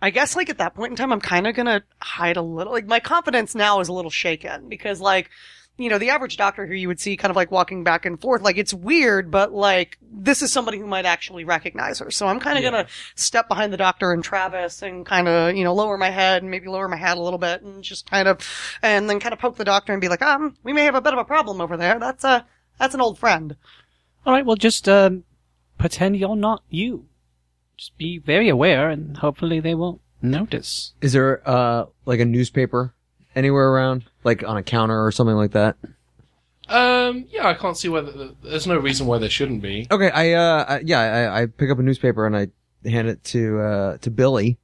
I guess like at that point in time I'm kind of going to hide a little like my confidence now is a little shaken because like you know the average doctor who you would see kind of like walking back and forth like it's weird but like this is somebody who might actually recognize her. So I'm kind of going to step behind the doctor and Travis and kind of you know lower my head and maybe lower my hat a little bit and just kind of and then kind of poke the doctor and be like um we may have a bit of a problem over there. That's a that's an old friend. All right. Well, just um, pretend you're not you. Just be very aware, and hopefully they won't notice. Is there uh like a newspaper anywhere around, like on a counter or something like that? Um, yeah, I can't see why. th- there's no reason why there shouldn't be. Okay, I uh I, yeah, I, I pick up a newspaper and I hand it to uh to Billy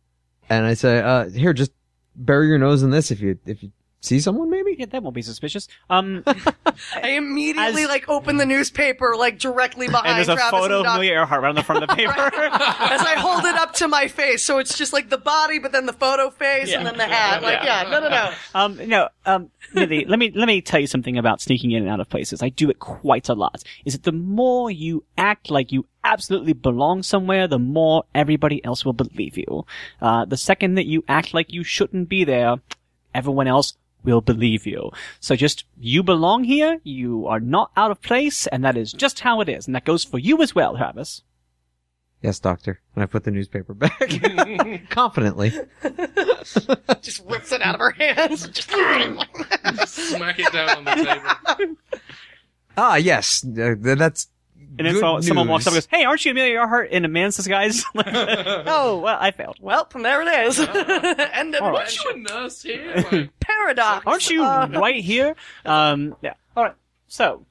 and I say, uh here, just bury your nose in this if you if you see someone maybe? Yeah, that won't be suspicious. Um, I immediately As- like open the newspaper like directly behind and there's a Travis photo and of Doc Amelia Earhart right on the front of the paper. as I hold it up to my face. So it's just like the body, but then the photo face and then the hat. Like yeah, no, no, no. um, no, um, Millie, let me let me tell you something about sneaking in and out of places. I do it quite a lot. Is that the more you act like you absolutely belong somewhere, the more everybody else will believe you. Uh, the second that you act like you shouldn't be there, everyone else will believe you. So just you belong here. You are not out of place, and that is just how it is, and that goes for you as well, Travis. Yes, doctor. And I put the newspaper back confidently. Just rips it out of her hands. Just Smack it down on the table. Ah, yes. Uh, th- that's And then good so, someone walks up and news. goes, "Hey, aren't you Amelia Earhart in a man's disguise?" Like, oh, well, I failed. well, there it is. End of All right. Aren't you a nurse here? Like, paradox. Aren't you Uh, right here? Um, yeah. All right. So,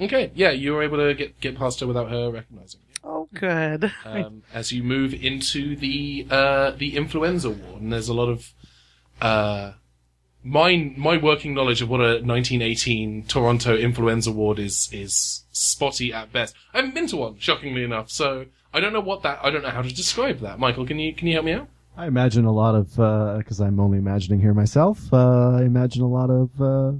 okay, yeah, you were able to get get past her without her recognizing. you. oh, good. Uh, Um, as you move into the uh, the influenza ward, and there's a lot of uh, my my working knowledge of what a 1918 Toronto influenza ward is is spotty at best. I haven't been to one, shockingly enough, so I don't know what that. I don't know how to describe that. Michael, can you can you help me out? I imagine a lot of because I'm only imagining here myself. Uh, I imagine a lot of uh,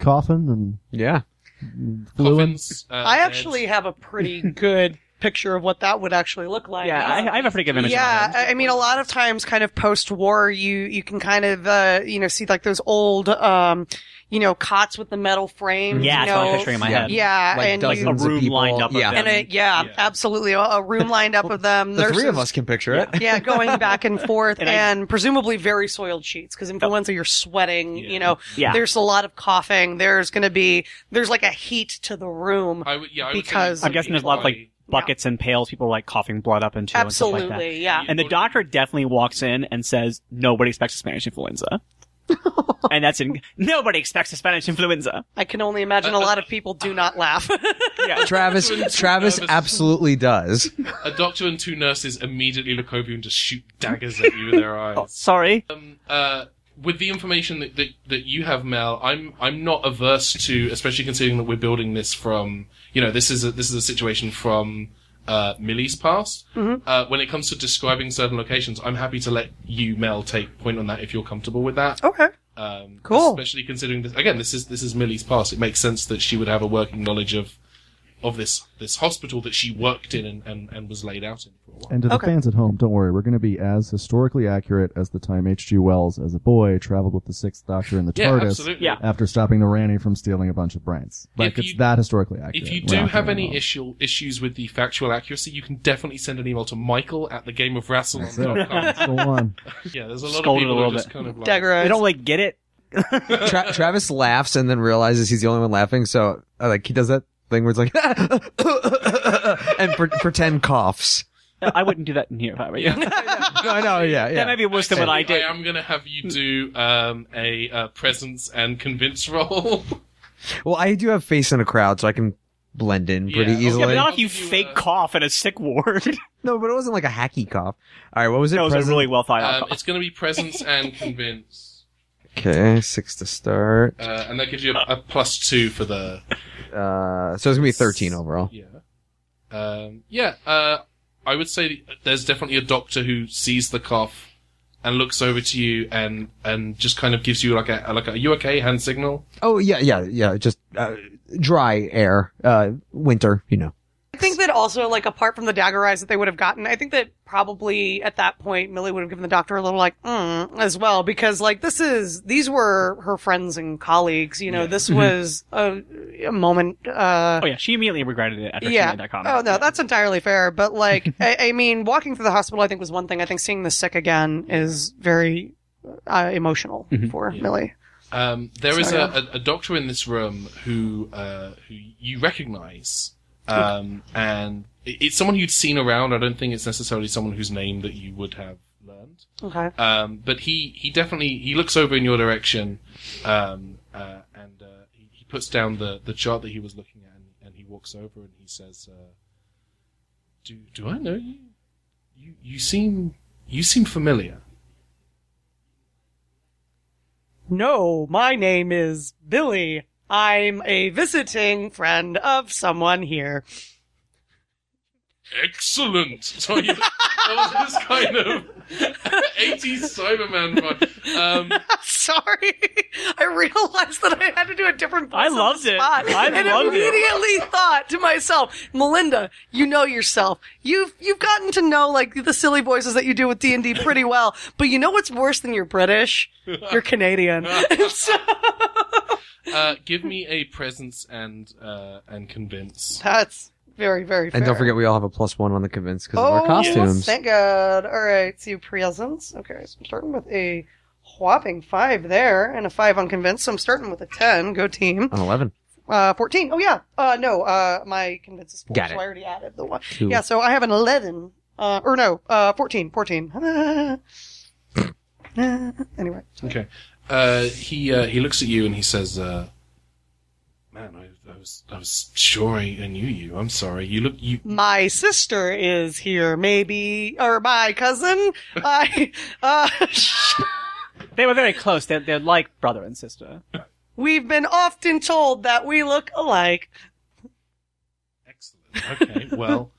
coughing Yeah. and fluid. Coffins, uh, I beds. actually have a pretty good picture of what that would actually look like. yeah, I, I have a pretty good image. yeah Of that. I I mean a lot of times kind of post-war you you can kind of uh you know see like those old um you know cots with the metal frames Yeah, you that's what I'm know. picturing in my Yeah. head. yeah Like and dozens you, A room of people. lined up of yeah. them. and a, yeah, Yeah. absolutely a, a room lined up of them The three nurses- of us can picture it. yeah, going back and forth, and, And I- presumably very soiled sheets because influenza, you're sweating. You know, Yeah. there's a lot of coughing. There's going to be there's like a heat to the room. I would- yeah, I would say because- that I'm guessing there's a lot of like buckets and pails. People are like coughing blood up into Absolutely, and stuff like that. yeah. And the doctor definitely walks in and says, "Nobody expects a Spanish influenza." and that's in. Nobody expects a Spanish influenza. I can only imagine a lot of people do not laugh. Yeah. Travis Nervous. Travis absolutely does. a doctor and two nurses immediately look over you and just shoot daggers at you with their Oh, eyes. Sorry. uh, with the information that, that, that you have, Mel, I'm I'm not averse to, especially considering that we're building this from, you know, this is a, this is a situation from uh, Millie's past. Mm-hmm. Uh, when it comes to describing certain locations, I'm happy to let you, Mel, take point on that if you're comfortable with that. okay, Um, Cool. Especially considering this again, this is this is Millie's past. It makes sense that she would have a working knowledge of of this this hospital that she worked in and, and, and was laid out in for a while. And to the Okay. fans at home, don't worry. We're going to be as historically accurate as the time H.G. Wells, as a boy, traveled with the Sixth Doctor in the yeah, TARDIS absolutely. Yeah. after stopping the Rani from stealing a bunch of brains. Like If it's you- that historically accurate. If you We're do not have doing any well. issue, issues with the factual accuracy, you can definitely send an email to Michael at the Game of Wrestle. That's it. That's the one. yeah, there's a lot Scold it of people who a are little just bit. kind of like. Dagger. I don't like get it. Tra- Travis laughs and then realizes he's the only one laughing, so uh, like he does that thing where it's like and pre- pretend coughs. I wouldn't do that in here if I were you. No, I know, yeah, yeah. That may be worse than what I did. I am going to have you do um, a uh, presence and convince roll. Well, I do have face in a crowd, so I can blend in pretty Yeah, okay, Yeah, easily. but not if I'll you give you, fake uh, cough in a sick ward. no, but it wasn't like a hacky cough. All right, what was it? that was a Present- really well thought out. um, it's going to be presence and convince, okay, six to start. uh, and that gives you a, a plus two for the Uh, so it's gonna be thirteen overall. yeah. Um, yeah, uh, I would say there's definitely a doctor who sees the cough and looks over to you and and just kind of gives you like a like a "Are you okay hand signal. Oh yeah, yeah, yeah. Just uh, dry air, uh, winter, you know. I think that also, like, apart from the dagger eyes that they would have gotten, I think that probably at that point, Millie would have given the doctor a little, like, mm, as well, because, like, this is, these were her friends and colleagues, you know, this was a, a moment, uh, oh yeah, she immediately regretted it after she yeah. made that comment. Oh no, that's entirely fair. But like, I, I mean, walking through the hospital, I think was one thing. I think seeing the sick again is very uh, emotional for Millie. Um, there is So- a, a, a doctor in this room who uh, who you recognise, um, and it- it's someone you'd seen around. I don't think it's necessarily someone whose name that you would have learned. Okay. Um, but he, he definitely he looks over in your direction, um, uh, and uh, he, he puts down the, the chart that he was looking at, and, and he walks over and he says, uh, "Do do I know you? You you seem you seem familiar." No, my name is Billy. I'm a visiting friend of someone here. Excellent. So you, that was this kind of 80s Cyberman vibe. Um, Sorry, I realized that I had to do a different. Voice I on loved the it. spot, I and loved it. immediately thought to myself, Melinda, you know yourself. You've you've gotten to know like the silly voices that you do with D and D pretty well. But you know what's worse than you're British? You're Canadian. So- uh, give me a presence and uh, and convince. that's very very. And don't fair. forget, we all have a plus one on the convince because Oh, of our costumes. thank God. All right, so you have presents. Okay, so I'm starting with a whopping five there and a five on convinced. So I'm starting with a ten. Go team. An eleven. Uh, fourteen. Oh yeah. Uh, no. Uh, my convinced is four. Got so it. I already added the one. Two. Yeah. So I have an eleven. Uh, or no. Uh, fourteen. Fourteen. anyway. Okay. Uh, he uh, he looks at you and he says, uh, "Man, I, I was I was sure I, I knew you. I'm sorry. You look you my sister is here, maybe, or my cousin. I, uh, They were very close. They're, they're like brother and sister. we've been often told that we look alike. excellent. Okay. Well,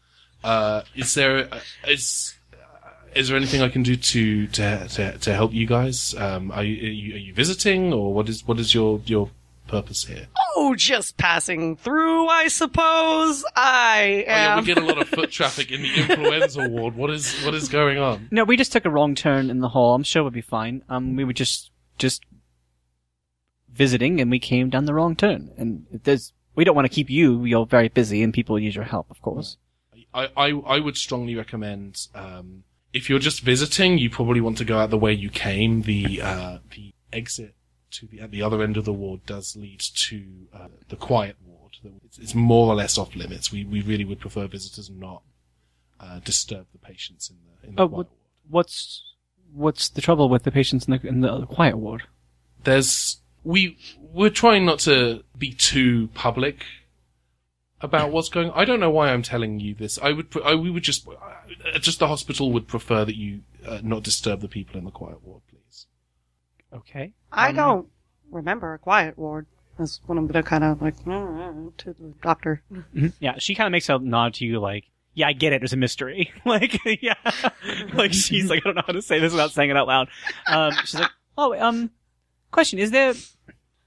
uh, is there uh, is uh, is there anything I can do to to to, to help you guys? Um, are, you, are you are you visiting or what is what is your your purpose here? Oh, just passing through, I suppose. I Oh, yeah, am. we get a lot of foot traffic in the influenza ward. What is what is going on? No, we just took a wrong turn in the hall. I'm sure we'll be fine. Um, we were just just visiting, and we came down the wrong turn. And there's we don't want to keep you. You're very busy, and people need your help, of course. I, I, I would strongly recommend um, if you're just visiting, you probably want to go out the way you came. The uh, the exit to the at the other end of the ward does lead to uh, the quiet ward. It's, it's more or less off limits. We we really would prefer visitors not uh, disturb the patients in the in the Oh, quiet what- ward. What's what's the trouble with the patients in the in the quiet ward? There's we we're trying not to be too public about what's going. I don't know why I'm telling you this. I would, pre- I, we would just, uh, just the hospital would prefer that you uh, not disturb the people in the quiet ward, please. Okay. I don't remember a quiet ward. That's when I'm gonna kind of like mm, to the doctor. Yeah, she kind of makes a nod to you, like, "Yeah, I get it. There's a mystery." like, yeah, like she's like, "I don't know how to say this without saying it out loud." Um, she's like, "Oh, um, question: Is there,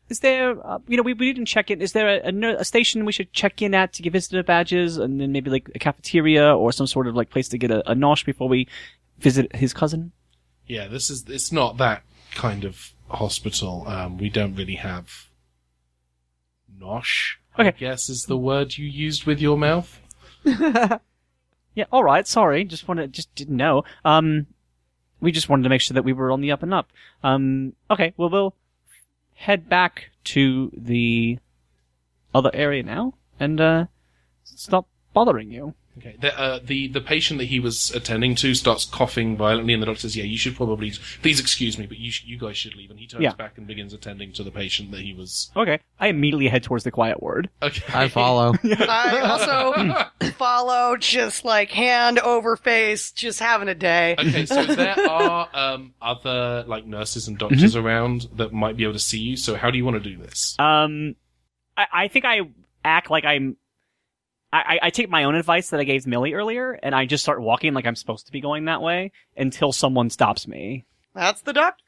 is there, uh, you know, we, we didn't check in. Is there a, a, ner- a station we should check in at to get visitor badges, and then maybe like a cafeteria or some sort of like place to get a, a nosh before we visit his cousin?" Yeah, this is it's not that kind of hospital. Um, we don't really have nosh. I Okay. guess is the word you used with your mouth. Yeah. All right. Sorry. Just wanted. Just didn't know. Um, we just wanted to make sure that we were on the up and up. Um. Okay. Well, we'll head back to the other area now and uh, stop bothering you. Okay. The, uh, the the patient that he was attending to starts coughing violently, and the doctor says, "Yeah, you should probably please excuse me, but you sh- you guys should leave." And he turns Yeah. back and begins attending to the patient that he was. Okay. I immediately head towards the quiet word. Okay. I follow. I also follow, just like hand over face, just having a day. okay, so there are um, other like nurses and doctors around that might be able to see you. So how do you want to do this? Um, I, I think I act like I'm. I, I- I take my own advice that I gave Millie earlier, and I just start walking like I'm supposed to be going that way until someone stops me. That's the doctor.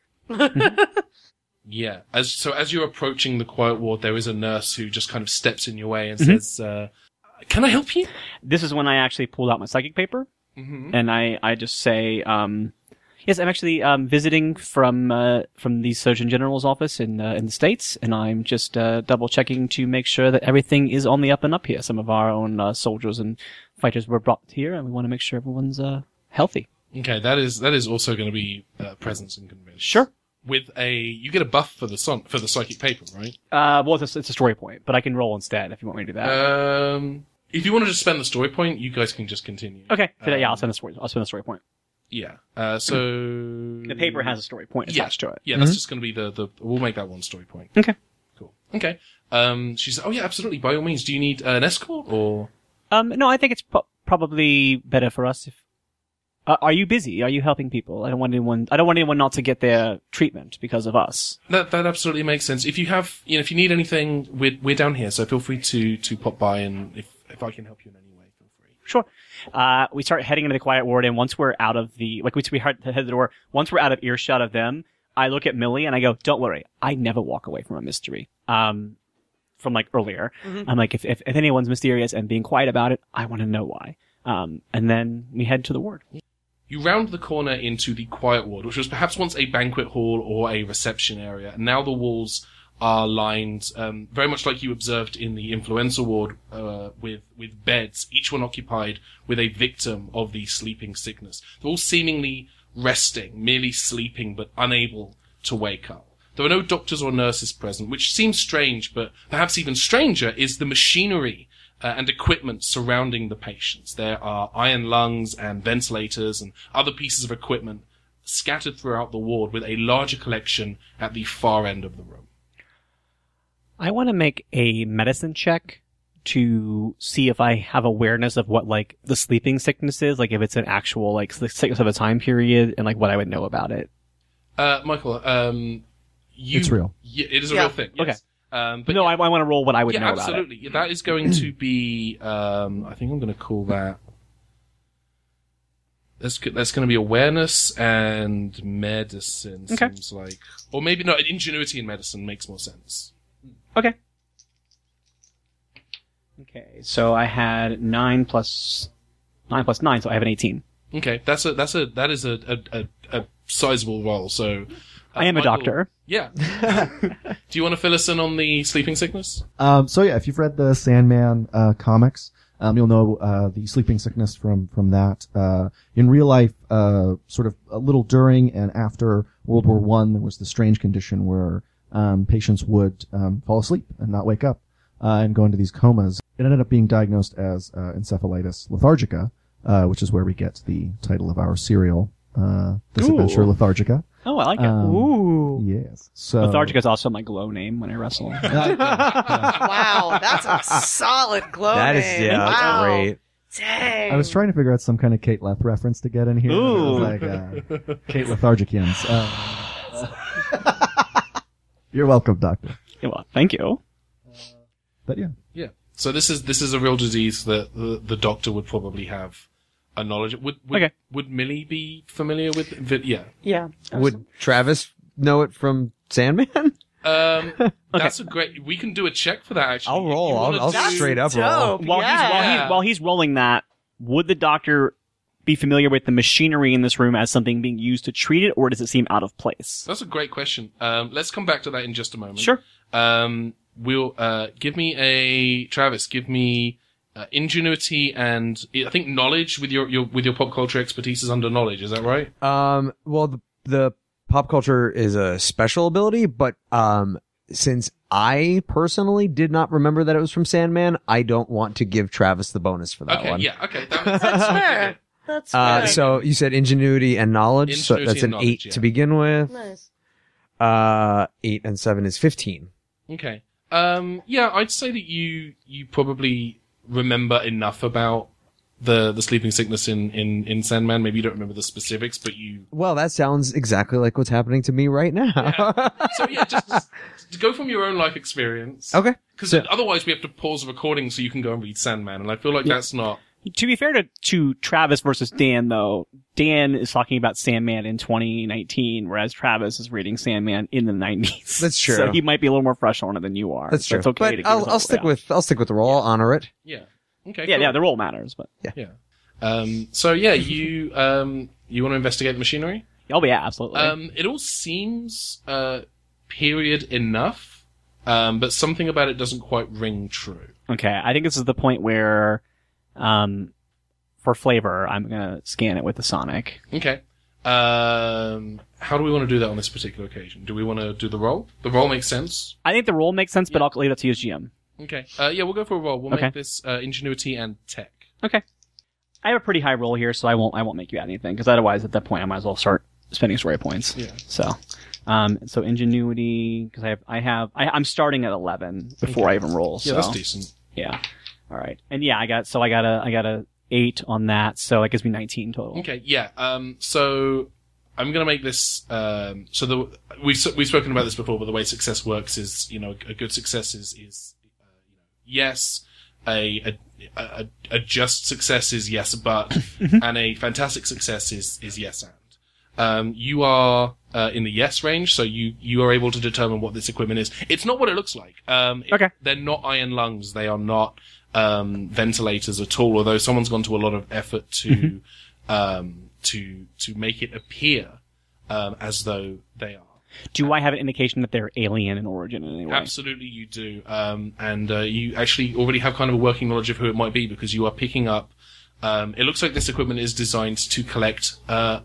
Yeah. As so as you're approaching the quiet ward, there is a nurse who just kind of steps in your way and Mhm. says, uh, "Can I help you?" This is when I actually pulled out my psychic paper, Mm-hmm. and I, I just say, um, yes, I'm actually um, visiting from uh, from the Surgeon General's office in uh, in the states, and I'm just uh, double checking to make sure that everything is on the up and up here. Some of our own uh, soldiers and fighters were brought here, and we want to make sure everyone's uh, healthy. Okay, that is that is also going to be uh, presence and convince. Sure. With a you get a buff for the son for the psychic paper, right? Uh, well, it's a, it's a story point, but I can roll instead if you want me to do that. Um, if you want to just spend the story point, you guys can just continue. okay. So, yeah, I'll um, spend a story. I'll spend a story point. Yeah. Uh, so The paper has a story point Yeah. attached to it. Yeah, that's just going to be the the. We'll make that one story point. Okay. Cool. Okay. Um, she said, "Oh yeah, absolutely. By all means, do you need uh, an escort or?" Um, no, I think it's pro- probably better for us if. Uh, are you busy? Are you helping people? I don't want anyone. I don't want anyone not to get their treatment because of us. That that absolutely makes sense. If you have, you know, if you need anything, we're we're down here, so feel free to to pop by, and if if I can help you in any way, feel free. Sure. Uh, we start heading into the quiet ward, and once we're out of the like, we we head head to the door. Once we're out of earshot of them, I look at Millie and I go, "Don't worry, I never walk away from a mystery." Um, from like earlier, I'm like, if, if if anyone's mysterious and being quiet about it, I want to know why. Um, and then we head to the ward. You round the corner into the quiet ward, which was perhaps once a banquet hall or a reception area. And now the walls are lined, um, very much like you observed in the influenza ward, uh, with, with beds, each one occupied with a victim of the sleeping sickness. They're all seemingly resting, merely sleeping, but unable to wake up. There are no doctors or nurses present, which seems strange, but perhaps even stranger is the machinery uh, and equipment surrounding the patients. There are iron lungs and ventilators and other pieces of equipment scattered throughout the ward with a larger collection at the far end of the room. I want to make a medicine check to see if I have awareness of what like the sleeping sickness is, like if it's an actual like s- sickness of a time period, and like what I would know about it. Uh, Michael, um, you, It's real. Yeah, it is a Yeah. real thing. Yes. Okay. Um, But but no, yeah, I, I want to roll what I would yeah, know about it. absolutely. Yeah, That is going to be. Um, I think I'm going to call that. That's go- that's going to be awareness and medicine. Okay. Seems like, or maybe no, ingenuity in medicine makes more sense. Okay. Okay, so I had nine plus nine plus nine, so I have an eighteen. Okay, that's a that's a that is a a, a, a sizable role. So uh, I am a Michael- doctor. Yeah. Do you want to fill us in on the sleeping sickness? Um, so yeah, if you've read the Sandman uh, comics, um, you'll know uh, the sleeping sickness from from that. Uh, in real life, uh, sort of a little during and after World War One, there was the strange condition where um, patients would um, fall asleep and not wake up uh, and go into these comas. It ended up being diagnosed as uh, encephalitis lethargica, uh, which is where we get the title of our serial, uh, This Adventure Lethargica. Oh, I like Um, it. Ooh. Yes. So Lethargic is also my glow name when I wrestle. Wow, that's a solid glow. That is name. yeah, that's wow. great. Dang. I was trying to figure out some kind of Kate Leth reference to get in here. Ooh. Like, uh, Kate Lethargicans. Um, you're welcome, Doctor. Yeah, well, thank you. But yeah. Yeah. So this is this is a real disease that the, the doctor would probably have a knowledge. Would would, Okay. would Millie be familiar with? vi- Yeah. yeah. Would Travis know it from Sandman? Um, That's a great. We can do a check for that. Actually, I'll If you roll. wanna I'll- I'll do- straight up roll. dope. While he's while, Yeah. he, while he's rolling that, would the doctor be familiar with the machinery in this room as something being used to treat it, or does it seem out of place? That's a great question. Um, let's come back to that in just a moment. Sure. Um, we'll uh, give me a Travis. Give me uh, ingenuity and I think knowledge with your, your with your pop culture expertise is under knowledge. Is that right? Um, well, the, the pop culture is a special ability, but um, since I personally did not remember that it was from Sandman, I don't want to give Travis the bonus for that okay. one. Yeah. Okay. That makes sense. That's fair. That's Uh, fair. so you said ingenuity and knowledge, so Ingenuity that's and an knowledge, eight yeah. to begin with. nice. Uh, eight and seven is fifteen. Okay. Um, yeah, I'd say that you you probably remember enough about the the sleeping sickness in in in Sandman. Maybe you don't remember the specifics, but you. Well, that sounds exactly like what's happening to me right now. So yeah, just, just go from your own life experience. okay. Because So- otherwise, we have to pause the recording so you can go and read Sandman, and I feel like that's not. To be fair to, to Travis versus Dan, though, Dan is talking about Sandman in 2019, whereas Travis is reading Sandman in the 90s. That's true. So he might be a little more fresh on it than you are. That's So true. It's okay to but give I'll, yourself- I'll stick yeah. with I'll stick with the roll. I'll honor it. Yeah. Okay. Yeah, cool. yeah, the role matters, but Yeah. Um, so yeah, you um, you want to investigate the machinery? oh yeah, absolutely. Um, it all seems uh, period enough, um, but something about it doesn't quite ring true. Okay, I think this is the point where, um, for flavor, I'm gonna scan it with the Sonic. Okay. Um, how do we want to do that on this particular occasion? Do we want to do the roll? The roll makes sense. I think the role makes sense, but I'll leave it to you, GM. Okay. Uh, yeah, we'll go for a roll. We'll Okay. make this uh, ingenuity and tech. I have a pretty high roll here, so I won't I won't make you add anything because otherwise, at that point, I might as well start spending story points. Yeah. So, Um, so ingenuity because I have I have I, I'm starting at eleven before I even roll. Yeah, so that's decent. yeah, all right, and yeah, I got so I got a I got a eight on that, so that gives me nineteen total. Okay, yeah. Um, so I'm gonna make this. Um, so the we've s- we've spoken about this before, but the way success works is, you know, a good success is is uh, you know, yes, a a, a a just success is yes, but, and a fantastic success is is yes and. Um, you are uh, in the yes range, so you you are able to determine what this equipment is. It's not what it looks like. Um, it- Okay. they're not iron lungs. They are not um, ventilators at all. Although someone's gone to a lot of effort to um, to to make it appear um, as though they are. Do I have an indication that they're alien in origin in any way? Absolutely, you do, um, and uh, you actually already have kind of a working knowledge of who it might be because you are picking up. Um, it looks like this equipment is designed to collect uh,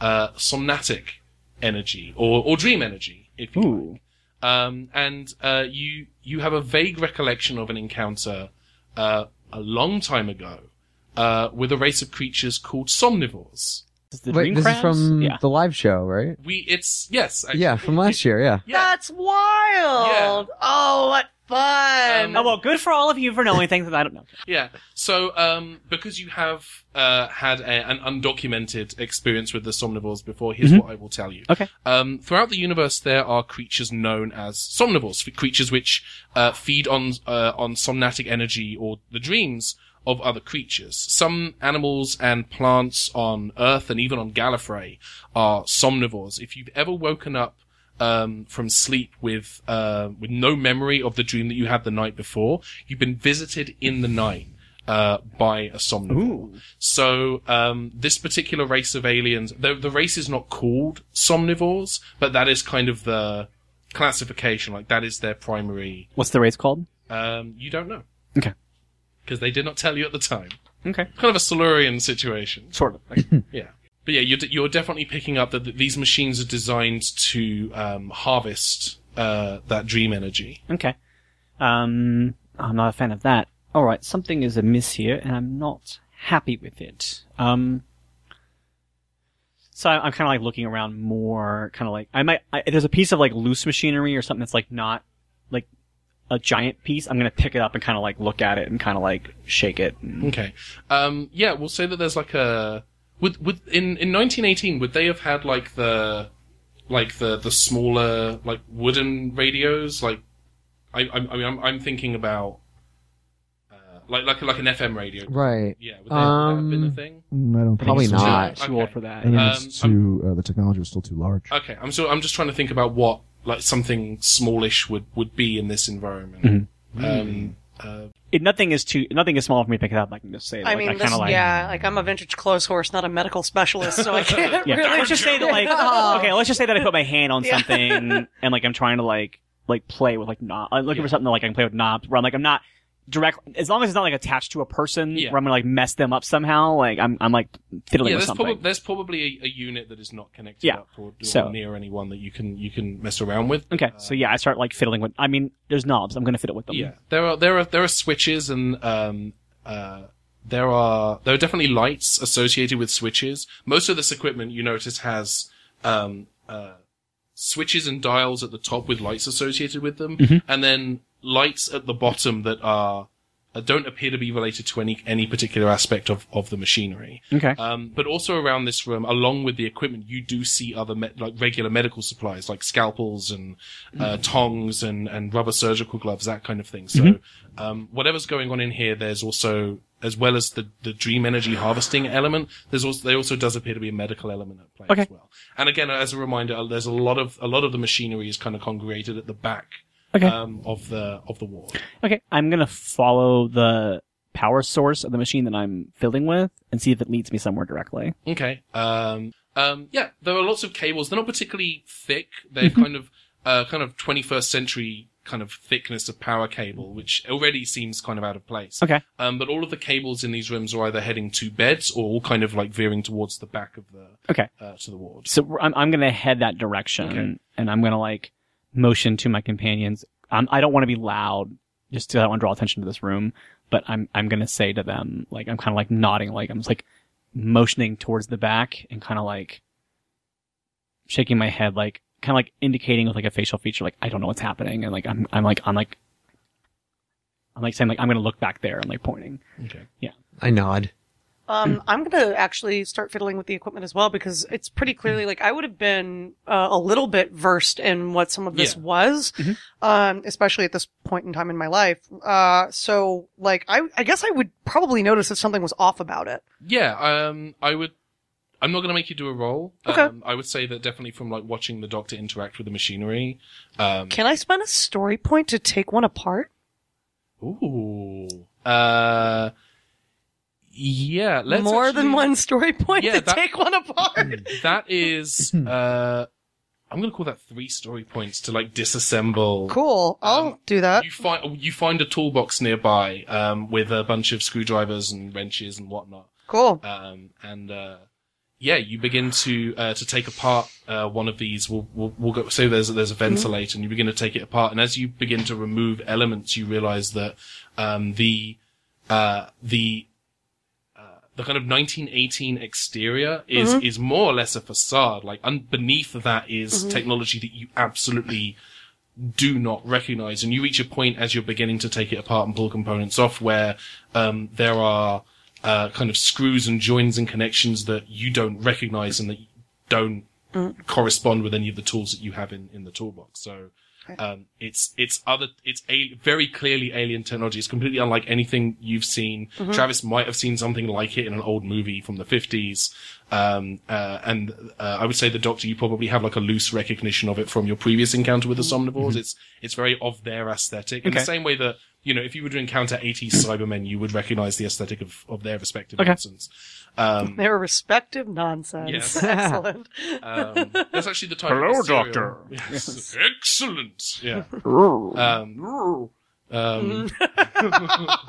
uh, somnatic energy or, or dream energy, if you Ooh. um, and uh, you you have a vague recollection of an encounter uh, a long time ago uh, with a race of creatures called somnivores. This is the Wait, dream this crabs? is from yeah. the live show, right? We it's yes actually. Yeah, from last year. Yeah. yeah That's wild. Oh, what fun. Um, Oh well, good for all of you for knowing things that I don't know. yeah. So um, because you have uh, had a, an undocumented experience with the somnivores before, here's what I will tell you. Okay. Um, throughout the universe, there are creatures known as somnivores, f- creatures which uh, feed on uh, on somnatic energy or the dreams of other creatures. Some animals and plants on Earth and even on Gallifrey are somnivores. If you've ever woken up um, from sleep with uh, with no memory of the dream that you had the night before, you've been visited in the night uh, by a somnivore. So um, this particular race of aliens, the, the race is not called somnivores, but that is kind of the classification. Like that is their primary. What's the race called? Um, you don't know. Okay. Because they did not tell you at the time. Okay. Kind of a Silurian situation. Sort of. Yeah. But yeah, you're, d- you're definitely picking up that, that these machines are designed to um, harvest uh, that dream energy. Okay. Um, I'm not a fan of that. All right, something is amiss here, and I'm not happy with it. Um, so I- I'm kind of like looking around more, kind of like I might. I, if there's a piece of like loose machinery or something that's like not like a giant piece. I'm gonna pick it up and kind of like look at it and kind of like shake it. and- Okay. Um, yeah, we'll say that there's like a would would in in 1918 would they have had like the like the the smaller like wooden radios like I I, I mean I'm, I'm thinking about uh, like like like an FM radio. Right. Yeah, would they, would that have been a Um, thing? Mm, I I don't think think Probably it's so. too- not. Too old Okay. for that. I think Um, it's I'm- too. Uh, the technology was still too large. Okay, I'm so I'm just trying to think about what like something smallish would would be in this environment. Mm-hmm. Um, uh, It, nothing is too. Nothing is small for me to pick it up. I can just say. I like, mean, I this, kind of like. yeah, like I'm a vintage clothes horse, not a medical specialist, so I can't Yeah. really let's just say that like Oh. okay, let's just say that I put my hand on Yeah. something and like I'm trying to like like play with like knob. I'm looking for something that like I can play with knobs where I'm like I'm not direct as long as it's not like attached to a person Yeah. where I'm gonna like mess them up somehow. Like I'm I'm like fiddling yeah, there's, with something. probab- there's probably a, a unit that is not connected Yeah. up or, or So- near anyone that you can you can mess around with. okay, so yeah, I start like fiddling with. I mean, there's knobs. I'm gonna fiddle with them. Yeah, there are there are there are switches and um uh there are there are definitely lights associated with switches. Most of this equipment you notice has um uh switches and dials at the top with lights associated with them, Mm-hmm. and then lights at the bottom that are uh, don't appear to be related to any any particular aspect of of the machinery. Okay. Um, but also around this room, along with the equipment, you do see other me- like regular medical supplies, like scalpels and uh, Hmm. tongs and and rubber surgical gloves, that kind of thing. So Mm-hmm. um, whatever's going on in here, there's also as well as the, the dream energy harvesting element, there's also there also does appear to be a medical element at play as Okay. well. And again, as a reminder, uh, there's a lot of a lot of the machinery is kind of congregated at the back Okay. um, of the of the ward. Okay, I'm gonna follow the power source of the machine that I'm fiddling with and see if it leads me somewhere directly. Okay. Um, um, yeah, there are lots of cables. They're not particularly thick. They're kind of, uh, kind of 21st century kind of thickness of power cable, which already seems kind of out of place. Okay. Um, but all of the cables in these rooms are either heading to beds or all kind of like veering towards the back of the, Okay. uh, to the ward. So we're- I'm, I'm going to head that direction Okay. and I'm going to like motion to my companions. Um, I don't want to be loud just 'cause I don't want to draw attention to this room, but I'm, I'm going to say to them, like, I'm kind of like nodding, like I'm just like motioning towards the back and kind of like shaking my head, like kind of like indicating with like a facial feature, like I don't know what's happening, and like I'm I'm like I'm like I'm like saying like I'm gonna look back there and like pointing. Okay. I nod. Um, I'm gonna actually start fiddling with the equipment as well because it's pretty clearly like I would have been uh, a little bit versed in what some of this Yeah. Mm-hmm. was, Mhm. um, especially at this point in time in my life. Uh, so like I, I guess I would probably notice if something was off about it. Yeah, um, I would. I'm not going to make you do a roll. Okay. Um, I would say that definitely from like watching the doctor interact with the machinery. Um, Can I spend a story point to take one apart? ooh. Uh, yeah. Let's More than actually- one story point Yeah, to that- take one apart. That is. Uh, I'm going to call that three story points to like disassemble. cool. I'll Um, do that. You find you find a toolbox nearby um, with a bunch of screwdrivers and wrenches and whatnot. cool. um, and uh, yeah, you begin to uh, to take apart uh, one of these. We'll, we'll, we'll go. So there's there's a ventilator, and you begin to take it apart. And as you begin to remove elements, you realize that um, the uh, the uh, the kind of 1918 exterior is is more or less a facade. Like un- beneath that is technology that you absolutely do not recognize. And you reach a point as you're beginning to take it apart and pull components off where um, there are uh, kind of screws and joins and connections that you don't recognize and that don't correspond with any of the tools that you have in, in the toolbox. So um, it's it's other it's a, very clearly alien technology. It's completely unlike anything you've seen. Mm-hmm. Travis might have seen something like it in an old movie from the fifties. Um, uh, and uh, I would say the Doctor, you probably have like a loose recognition of it from your previous encounter with the Somnivores. It's it's very of their aesthetic in the Mm-hmm. Okay. same way that you know if you were to encounter 80s Cybermen, you would recognize the aesthetic of, of their respective Okay. nonsense. Um, Their respective nonsense. Yes. Excellent. um, that's actually the title. Hello, of the cereal. Doctor. Yes. Excellent. Yeah. Um, Mm-hmm. um,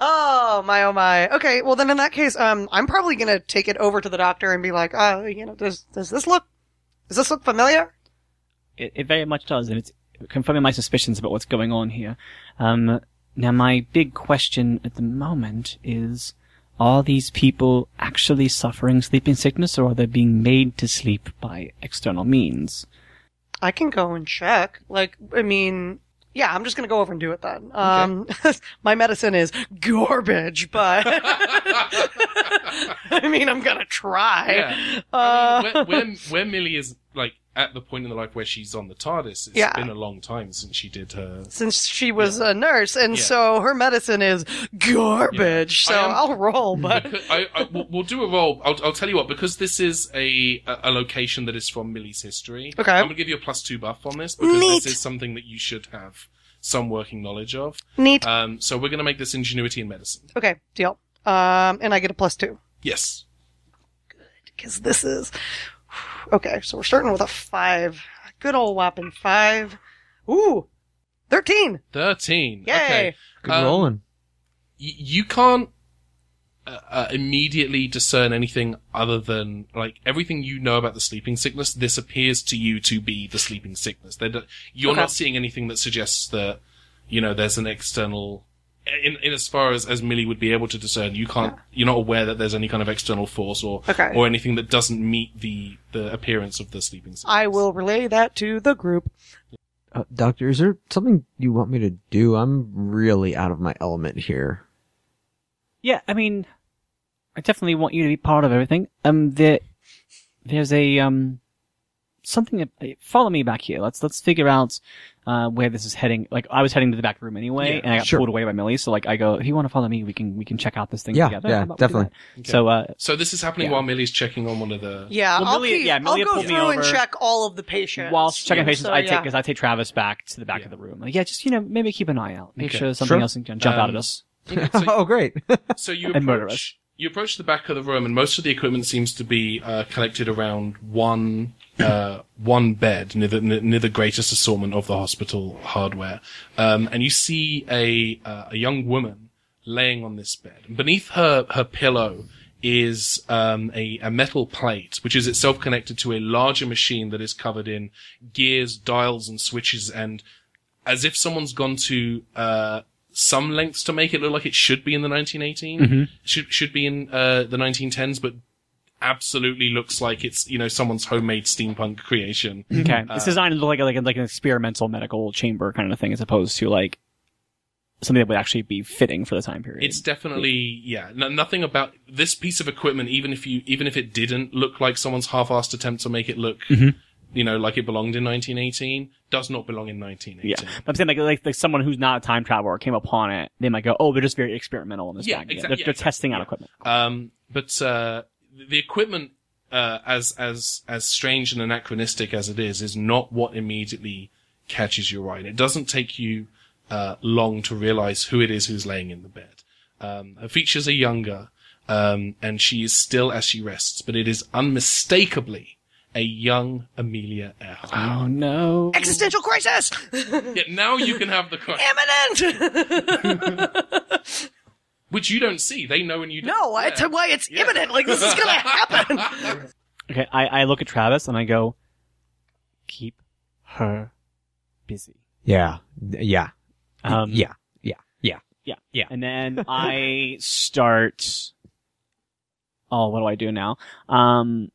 Oh my, oh my. Okay, well then in that case, um, I'm probably gonna take it over to the doctor and be like, uh, you know, does does this look, does this look familiar? It, it very much does, and it's confirming my suspicions about what's going on here. Um, now, my big question at the moment is: Are these people actually suffering sleeping sickness, or are they being made to sleep by external means? I can go and check. Like, I mean, yeah, I'm just gonna go over and do it then. Um, my medicine is garbage, but I mean, I'm gonna try. yeah. where, Uh, where, where Millie is like at the point in the life where she's on the TARDIS, It's Yeah. been a long time since she did her. since she was a nurse, and Yeah. so her medicine is garbage. Yeah. I So am- Uh, I'll roll, but Because- I, I, we'll, we'll do a roll. I'll, I'll tell you what, because this is a, a a location that is from Millie's history. Okay. I'm gonna give you a plus two buff on this because Neat. this is something that you should have some working knowledge of. neat. Um, so we're gonna make this ingenuity in medicine. Okay, deal. Um, and I get a plus two. Yes. because this is okay. So we're starting with a five, a good old whopping five. Ooh, thirteen. 13. Yay! Okay. Good Um, rolling. Y- you can't uh, uh, immediately discern anything other than, like, everything you know about the sleeping sickness, this appears to you to be the sleeping sickness. They don't- You're Okay. not seeing anything that suggests that, you know, there's an external. In, in as far as, as Millie would be able to discern, you can't, you're not aware that there's any kind of external force or, Okay. or anything that doesn't meet the, the appearance of the sleeping sickness. I will relay that to the group. Uh, doctor, is there something you want me to do? I'm really out of my element here. Yeah, I mean, I definitely want you to be part of everything. Um, there, there's a um, something. uh, Follow me back here. Let's let's figure out uh where this is heading. Like I was heading to the back room anyway, Yeah, and I got sure. pulled away by Millie. So like I go, if you want to follow me, we can we can check out this thing Yeah, together. yeah, How about we do definitely. that? So uh, So this is happening Yeah. while Millie's checking on one of the. Yeah, Well, I'll, Millie- keep- yeah, I'll Millie go pulled me through and over. check all of the patients. whilst checking patients, So, I take yeah. because I take Travis back to the back Yeah. of the room. Like, yeah, just you know, maybe keep an eye out, make Okay, sure something sure. else can jump out at Um, us. Okay, so- oh, great. So you And murder approach, you approach the back of the room, and most of the equipment seems to be uh, collected around one uh, one bed near the near the greatest assortment of the hospital hardware. Um, and you see a uh, a young woman laying on this bed. Beneath her her pillow is um, a, a metal plate, which is itself connected to a larger machine that is covered in gears, dials, and switches, and as if someone's gone to uh, some lengths to make it look like it should be in the 1918, should should be in uh, the 1910s, but absolutely looks like it's you know someone's homemade steampunk creation. Okay, it's designed to look like like like an experimental medical chamber kind of thing, as opposed to like something that would actually be fitting for the time period. It's definitely yeah. No, nothing about this piece of equipment, even if you even if it didn't look like someone's half-assed attempt to make it look, you know, like it belonged in 1918, does not belong in 1918. yeah, but I'm saying like, like like someone who's not a time traveler came upon it, they might go, oh, they're just very experimental in this Yeah, back end. exact- They're, yeah, they're exactly, testing out yeah. equipment. Um, but uh, the equipment, uh, as as as strange and anachronistic as it is, is not what immediately catches your eye. And it doesn't take you uh, long to realize who it is who's laying in the bed. Um, her features are younger, um, and she is still as she rests, but it is unmistakably a young Amelia Earhart. Oh no! Existential crisis! Yeah, now you can have the cri- imminent! which you don't see. They know and you don't. no, I Yeah. t- why it's imminent. Like, this is gonna happen. Okay, I I look at Travis and I go, keep her busy. Yeah. Yeah. Um, yeah. Yeah. Yeah. Yeah. Yeah. And then I start. Oh, what do I do now? Um,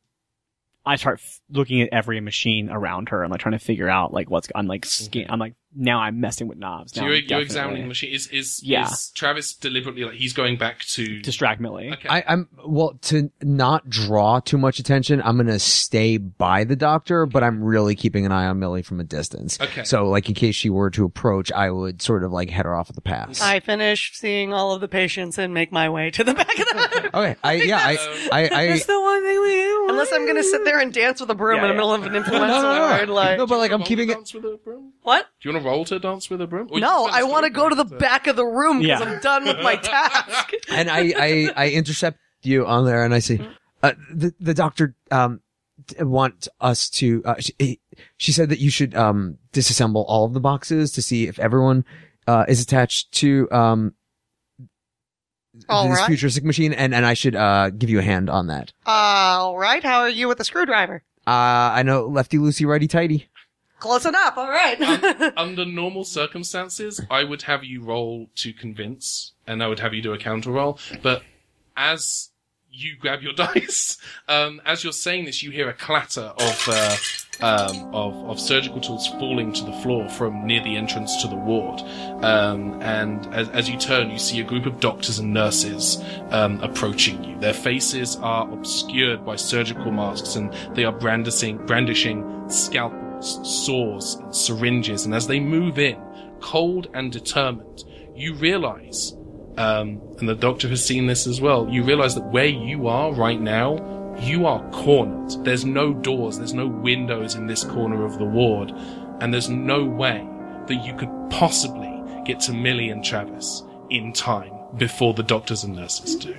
I start f- looking at every machine around her and like trying to figure out like what's. I'm like, scan- I'm like, now I'm messing with knobs. Mm-hmm. So now you're, I'm you're definitely- examining the machine. Is is, Yeah. is Travis deliberately like he's going back to? Distract Millie. okay. I, I'm well to not draw too much attention. I'm gonna stay by the doctor, but I'm really keeping an eye on Millie from a distance. Okay. So, like, in case she were to approach, I would sort of like head her off at the pass. I finish seeing all of the patients and make my way to the back of the. okay. I yeah. I I, I the one thing we do. Unless I'm gonna sit there and dance with a broom Yeah, in the yeah. middle of an no, influenza no, no, word, like no, but like I'm Roll to keeping it. Dance with a broom? what? Do you want to roll to dance with a broom? Or No, you I just want to go to the Uh, back of the room because Yeah. I'm done with my task. and I, I, I intercept you on there and I say, uh, the, the doctor, um, d- want us to, uh, she, she said that you should, um, disassemble all of the boxes to see if everyone, uh, is attached to, um, All this right. futuristic machine and, and I should, uh, give you a hand on that. All right, how are you with the screwdriver? Uh, I know lefty loosey, righty tighty. Close enough. All right. Under normal circumstances, I would have you roll to convince, and I would have you do a counter roll. But as you grab your dice, um, as you're saying this, you hear a clatter of, uh, um, of of surgical tools falling to the floor from near the entrance to the ward. Um, and as, as you turn, you see a group of doctors and nurses um, approaching you. Their faces are obscured by surgical masks, and they are brandishing brandishing scalpels, saws, and syringes. And as they move in, cold and determined, you realize um, and the doctor has seen this as well, you realize that where you are right now, you are cornered. There's no doors, there's no windows in this corner of the ward, and there's no way that you could possibly get to Millie and Travis in time before the doctors and nurses do.